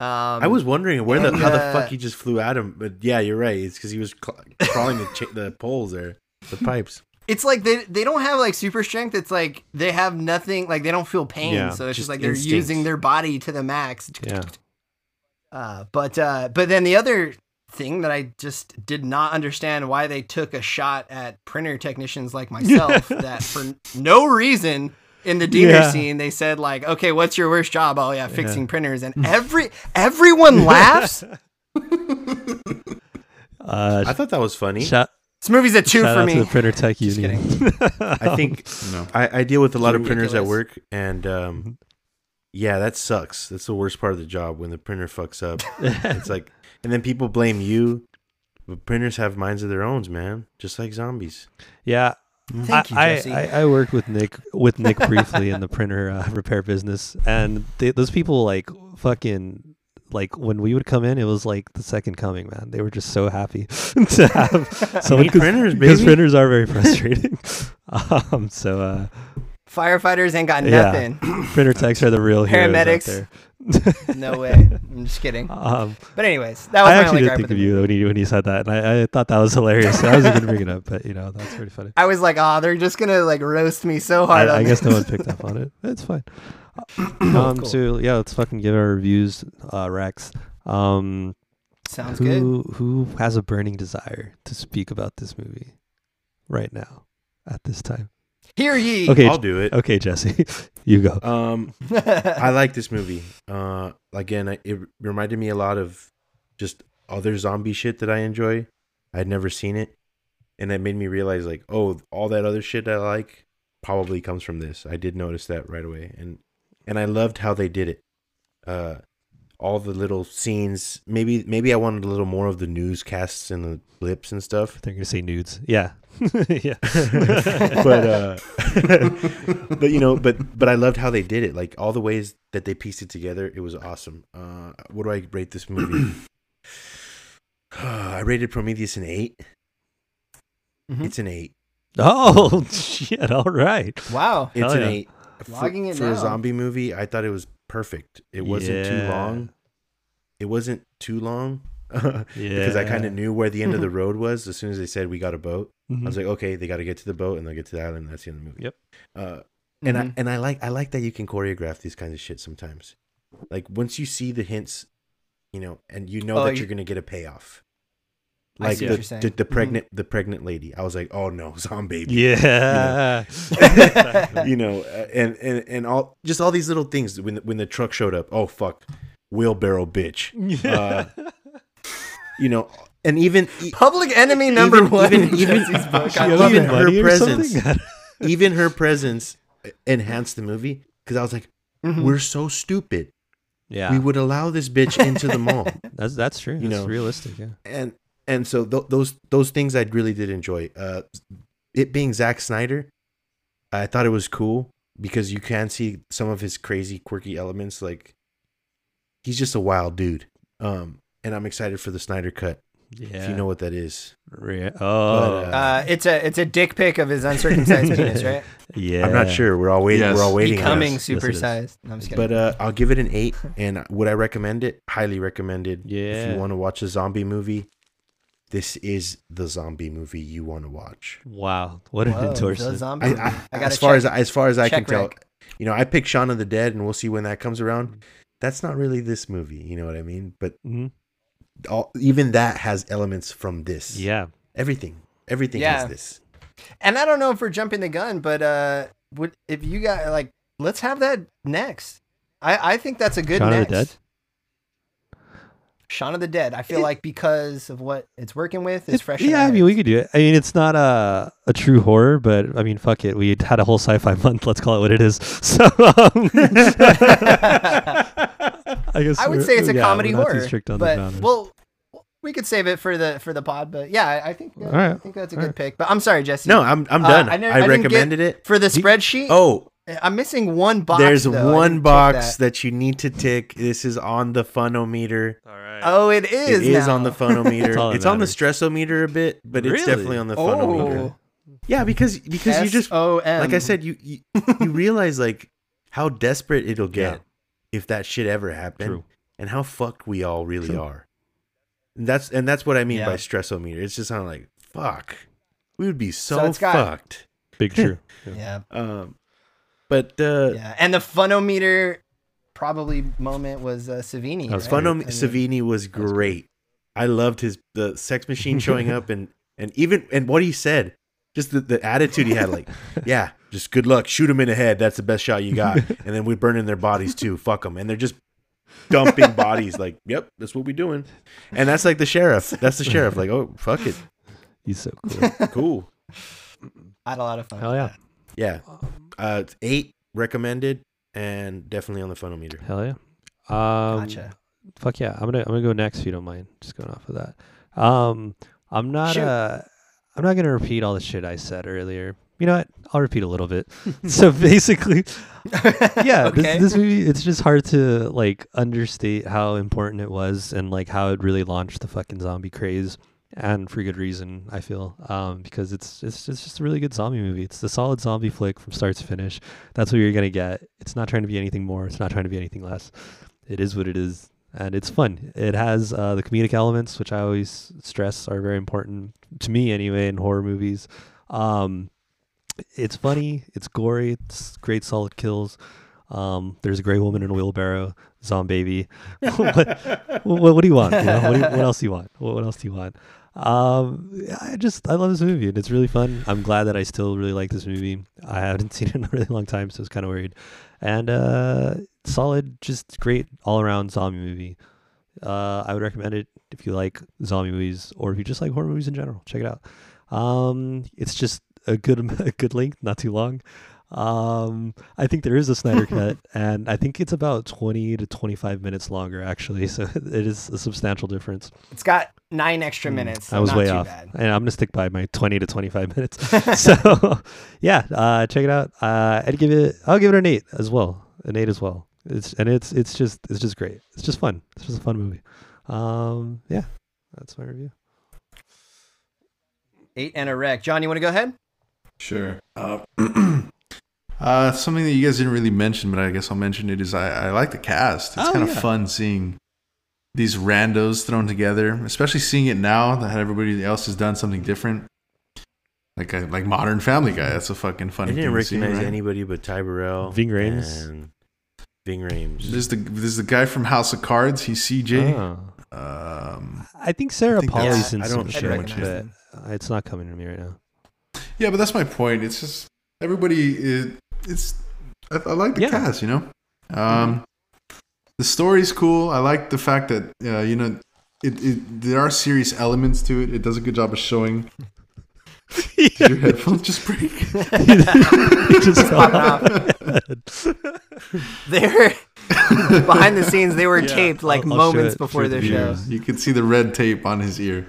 Um,
I was wondering where the
and,
how the
uh,
fuck he just flew at him, but yeah, you're right. It's because he was cl- crawling the, cha- the poles or the pipes.
It's like they they don't have like super strength. It's like they have nothing. Like they don't feel pain.
Yeah,
so it's just,
just
like they're
instinct.
using their body to the max.
Yeah.
Uh, but uh, but then the other thing that I just did not understand why they took a shot at printer technicians like myself that for no reason in the dinner
Yeah.
scene they said like okay what's your worst job oh yeah fixing printers and every everyone laughs
Uh,
I thought that was funny.
shout,
this movie's a two
shout
for
out to
me
the printer tech union.
I think
No.
I, I deal with a lot of
It's
printers at
ridiculous.
work, and um, yeah, that sucks. That's the worst part of the job when the printer fucks up. it's like, and then people blame you, but printers have minds of their own, man. Just like zombies.
Yeah.
Thank you,
I,
Jesse.
I, I, I worked with Nick with Nick briefly in the printer uh, repair business, and they, those people like fucking like when we would come in, it was like the second coming, man. They were just so happy to have someone
Need
cause-
printers,
because
baby.
printers are very frustrating. um, so uh,
firefighters ain't got
Yeah.
nothing
printer techs are the real heroes
Paramedics.
out there.
no way I'm just kidding
Um,
but anyways that was
I
my
actually
only
did
gripe
think
with the
of you when you when you said that, and I, I thought that was hilarious. I was going to bring it up, but you know that's pretty funny.
I was like, oh, they're just gonna like roast me so hard.
I,
on
I guess no
this."
one picked up on it. It's fine. Um, So yeah, let's fucking give our reviews, uh, Rex. Um,
Sounds good.
who who has a burning desire to speak about this movie right now at this time?
Hear ye.
Okay,
I'll
J-
do it.
okay, Jesse, you go.
Um, I like this movie. Uh, again, I, it reminded me a lot of just other zombie shit that I enjoy. I'd never seen it, and that made me realize like, oh, all that other shit I like probably comes from this. I did notice that right away, and and I loved how they did it. Uh, all the little scenes. Maybe maybe I wanted a little more of the newscasts and the blips and stuff
They're gonna say nudes. Yeah, yeah.
but uh but you know but but i loved how they did it like all the ways that they pieced it together it was awesome uh what do i rate this movie i rated prometheus an 8
Mm-hmm.
Mhm.
it's an eight
Oh shit! All right.
wow.
it's
Hell
an
yeah.
eight For-
Logging it
for a
down.
zombie movie i thought it was perfect it wasn't too
Yeah.
long it wasn't too long
Yeah.
because i kind of knew where the end of
Mm-hmm.
the road was as soon as they said we got a boat
Mhm.
I was like, okay, they got to get to the boat and they'll get to the island. And that's the end of the movie.
Yep.
Uh, and
Mhm.
I and I like I like that you can choreograph these kinds of shit sometimes. Like once you see the hints, you know, and you know
Oh,
that
you-
you're gonna get a payoff.
I
Like
see
the,
what you're saying.
the the
Mhm.
pregnant the pregnant lady. I was like, oh no, zombie.
yeah.
you know, uh, and and and all just all these little things when the- when the truck showed up. Oh fuck, wheelbarrow bitch. Uh, you know, and even e-
Public enemy number
even-
one.
even-
in
even-
Jesse's book. I
she
love
even
it.
her
Money or
presence.
something?
even her presence enhanced the movie because I was like,
Mhm.
we're so stupid.
Yeah,
we would allow this bitch into the mall.
that's that's true.
you
that's
know.
realistic. Yeah.
and and so th- those those things I really did enjoy. Uh, it being Zack Snyder, I thought it was cool because you can see some of his crazy, quirky elements. Like he's just a wild dude, um, and I'm excited for the Snyder cut.
Yeah.
If you know what that is,
Re- oh,
uh,
Uh, it's a it's a dick pic of his uncircumcised penis, right?
yeah.
I'm not sure. We're all waiting.
Yes.
We're all waiting. on
Becoming
this.
Yes, it is.
supersized. No, I'm just kidding.
But uh, I'll give it an eight. And would I recommend it? Highly recommended. If
Yeah.
you want to watch a zombie movie, this is the zombie movie you want to watch.
Wow, what an
Whoa, the
endorsement!
zombie.
I, I,
I gotta
as far as
check-
as far as I can
check
tell,
Rick. Mm-hmm.
you know, I picked Shaun of the Dead, and we'll see when that comes around. That's not really this movie, you know what I mean? But
Mhm.
all, even that has elements from this.
Yeah,
everything, everything
Yeah.
has this.
and I don't know if we're jumping the gun, but uh, would if you got like, let's have that next. I I think that's a good
Shaun of
next.
the Dead?
Shaun of the Dead. I feel
It-
like because of what it's working with, it's
It-
fresh. in
Yeah,
our
I mean, we
heads.
could do it. I mean, it's not a a true horror, but I mean, fuck it. We had a whole sci-fi month. Let's call it what it is. So, um, I guess
I would
we're-
say it's a
yeah,
comedy
we're not too
horror.
strict on the
but
genres.
well, we could save it for the for the pod. But yeah, I, I think uh,
All right.
I think that's a
All
good
right.
pick. But I'm sorry, Jesse.
No, I'm I'm
Uh,
done. I,
I never- I didn't get-
recommended it.
for the
Do you-
spreadsheet,
Oh,
I'm missing one box.
there's
though. I
one
didn't check
box
that.
that. you need to tick. This is on the funometer.
all right.
Oh, it is.
it is
now.
on the funometer.
That's all that
it's on the
matters.
stressometer a bit, but
Really?
it's definitely on the funometer.
Oh,
Yeah, because because you just
S-O-M.
like I said, you you, you realize like how desperate it'll get
Yeah.
if that shit ever happened,
True.
and how fucked we all really are. And that's and that's what I mean
Yeah.
by stressometer. It's just kind of like fuck, we would be so,
So it's got-
fucked.
Big true.
Yeah,
Um, but uh,
yeah. And the funometer probably moment was uh, Savini.
That was
right?
Fano
I mean,
Savini was great. I loved his the sex machine showing up and and even and what he said, just the, the attitude he had, like, yeah, just good luck, shoot him in the head. That's the best shot you got. And then we burn in their bodies too. Fuck them, and they're just dumping bodies. Like, yep, that's what we doing. And that's like the sheriff. That's the sheriff. Like, oh fuck it,
He's so cool.
cool.
I had a lot of fun.
Hell
with
yeah.
that.
Yeah, uh, it's eight recommended and definitely on the funometer.
Hell yeah. Um,
Gotcha.
Fuck yeah. I'm gonna I'm gonna go next if you don't mind. Just going off of that. Um, I'm not
Shoot.
uh, I'm not gonna repeat all the shit I said earlier. You know what? I'll repeat a little bit. so basically, yeah,
Okay.
this, this movie it's just hard to like understate how important it was and like how it really launched the fucking zombie craze and for good reason I feel um, because it's it's it's just a really good zombie movie. It's the solid zombie flick from start to finish. That's what you're gonna get. It's not trying to be anything more. It's not trying to be anything less. It is what it is, and it's fun. It has uh, the comedic elements, which I always stress are very important to me anyway in horror movies. Um, it's funny. It's gory. It's great solid kills. Um, there's a gray woman in a wheelbarrow, zombie. what, what, what do you want? you know? what, do you, what else do you want? What, what else do you want? Um, I just I love this movie and it's really fun. I'm glad that I still really like this movie. I haven't seen it in a really long time, so I was kind of worried. And uh, solid, just great all around zombie movie. Uh, I would recommend it if you like zombie movies or if you just like horror movies in general. Check it out. Um, it's just a good a good length, not too long. Um, I think there is a Snyder cut, and I think it's about twenty to twenty five minutes longer actually. So it is a substantial difference. Mm,
It's got nine extra minutes. so
I hmm, was
not
way
too
off,
Bad.
and I'm gonna stick by my 20 to 25 minutes. so, yeah, uh, check it out. Uh, I'd give it. I'll give it an eight as well. An eight as well. It's and it's it's just it's just great. It's just fun. It's just a fun movie. Um, yeah, that's my review.
Eight and a wreck. John, you want to go ahead?
Sure. Uh, uh, something that you guys didn't really mention, but I guess I'll mention it is I, I like the cast. It's
Oh,
kind of
yeah.
fun seeing these randos thrown together, especially seeing it now that everybody else has done something different. Like I, like Modern Family Guy. That's a fucking
I
funny.
didn't
thing to see,
recognize
right?
anybody but Ty Burrell,
Ving Rhames.
and Ving Rhames.
There's the there's the guy from House of Cards. He's CJ.
Oh.
Um,
I think Sarah
think that's-
Polly's in
I
some
don't
shit,
recognize
but
him.
uh, it's not coming to me right now.
yeah, but that's my point. It's just everybody. Is, it's I, I like the
Yeah.
cast. You know, um, the story's cool. I like the fact that uh, you know it, it. There are serious elements to it. It does a good job of showing Did your headphones just break?
He just fell off.
They were behind the scenes. They were taped like
I'll- I'll show
moments
it-
before
show
their
the
show.
viewers.
You can see the red tape on his ear.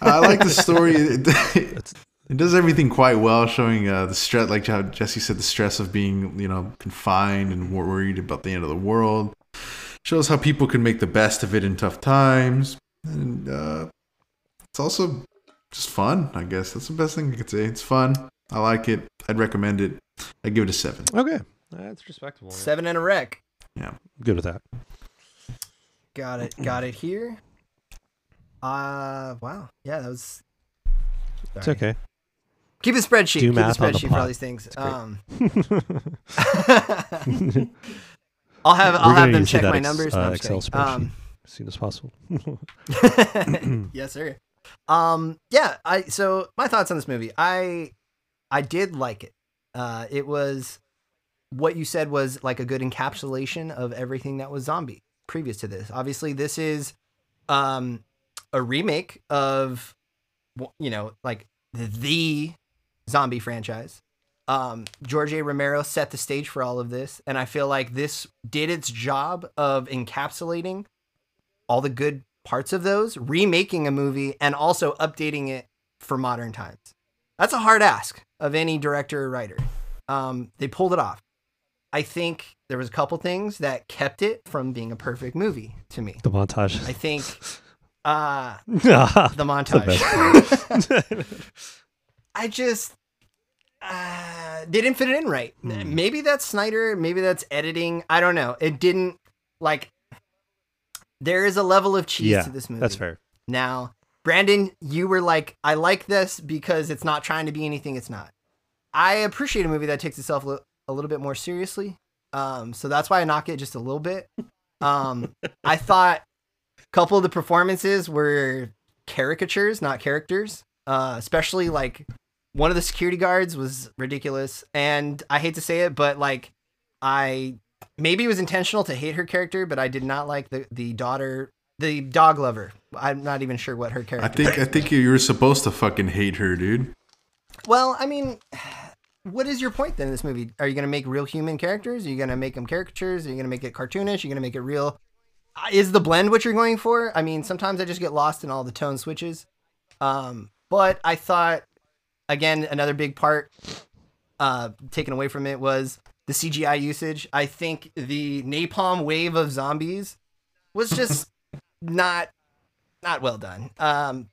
I like the story. It, it, does everything quite well, showing uh, the stress, like how Jesse said, the stress of being, you know, confined and wor- worried about the end of the world. Shows how people can make the best of it in tough times, and uh, it's also just fun. I guess that's the best thing I could say. It's fun. I like it. I'd recommend it. I give it a seven.
Okay, that's respectable.
Seven and a wreck.
Good with that.
Got it. Got it here. Uh, wow. Yeah, that was.
It's
Sorry.
okay.
Keep a spreadsheet.
Do
Keep a
math on the
spreadsheet for
plot.
all these things.
great.
Um, I'll have I'll have
We're gonna
them
use
check
that
my
ex-
numbers. No,
uh,
I'm just
Excel
kidding. Um,
spreadsheet as soon as possible.
yes, sir. Um, yeah, I so my thoughts on this movie. I I did like it. Uh, it was what you said was like a good encapsulation of everything that was zombie previous to this. Obviously, this is um a remake of w- you know like the zombie franchise. Um, George A. Romero set the stage for all of this, and I feel like this did its job of encapsulating all the good parts of those, remaking a movie, and also updating it for modern times. That's a hard ask of any director or writer. Um, they pulled it off. I think there was a couple things that kept it from being a perfect movie to me.
the montage.
I think uh, the
the
montage.
best. part.
I just uh, they didn't fit it in right.
Hmm.
M- Maybe that's Snyder. Maybe that's editing. I don't know. It didn't like. There is a level of cheese
yeah,
to this movie.
that's fair.
Now, Brandon, you were like, I like this because it's not trying to be anything it's not. I appreciate a movie that takes itself li- a little bit more seriously. Um, so that's why I knock it just a little bit. Um, I thought a couple of the performances were caricatures, not characters. Uh, especially like one of the security guards was ridiculous. And I hate to say it, but like I maybe it was intentional to hate her character, but I did not like the, the daughter, the dog lover. I'm not even sure what her character
I think I think you were supposed to fucking hate her, dude.
Well, I mean, what is your point then in this movie? Are you going to make real human characters? Are you going to make them caricatures? Are you going to make it cartoonish? Are you going to make it real? Uh, Is the blend what you're going for? I mean, sometimes I just get lost in all the tone switches. Um, but I thought, again, another big part uh, taken away from it was the CGI usage. I think the napalm wave of zombies was just not not well done. Um,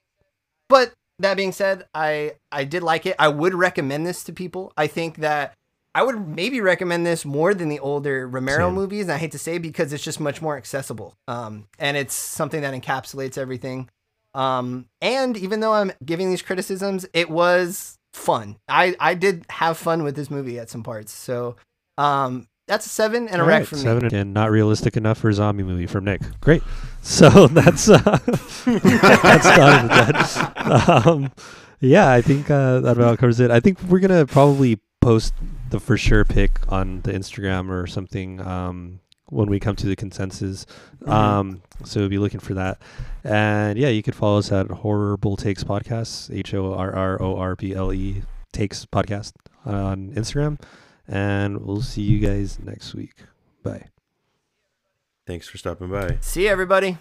but that being said, I I did like it. I would recommend this to people. I think that I would maybe recommend this more than the older Romero
Same.
movies. And I hate to say because it's just much more accessible. Um, and it's something that encapsulates everything. Um, and even though I'm giving these criticisms, it was fun. I I did have fun with this movie at some parts. So, um, that's a seven and a
All
wreck
right,
from me.
seven and not realistic enough for a zombie movie from Nick. Great. So that's uh, that's not even that. Um, yeah, I think uh, that about covers it. I think we're gonna probably post the for sure pick on the Instagram or something um, when we come to the consensus.
Mm-hmm.
Um, so be looking for that. And yeah, you could follow us at Horrible Takes Podcast, H O R R O R B L E Takes Podcast on Instagram. And we'll see you guys next week. Bye.
Thanks for stopping by.
See you, everybody.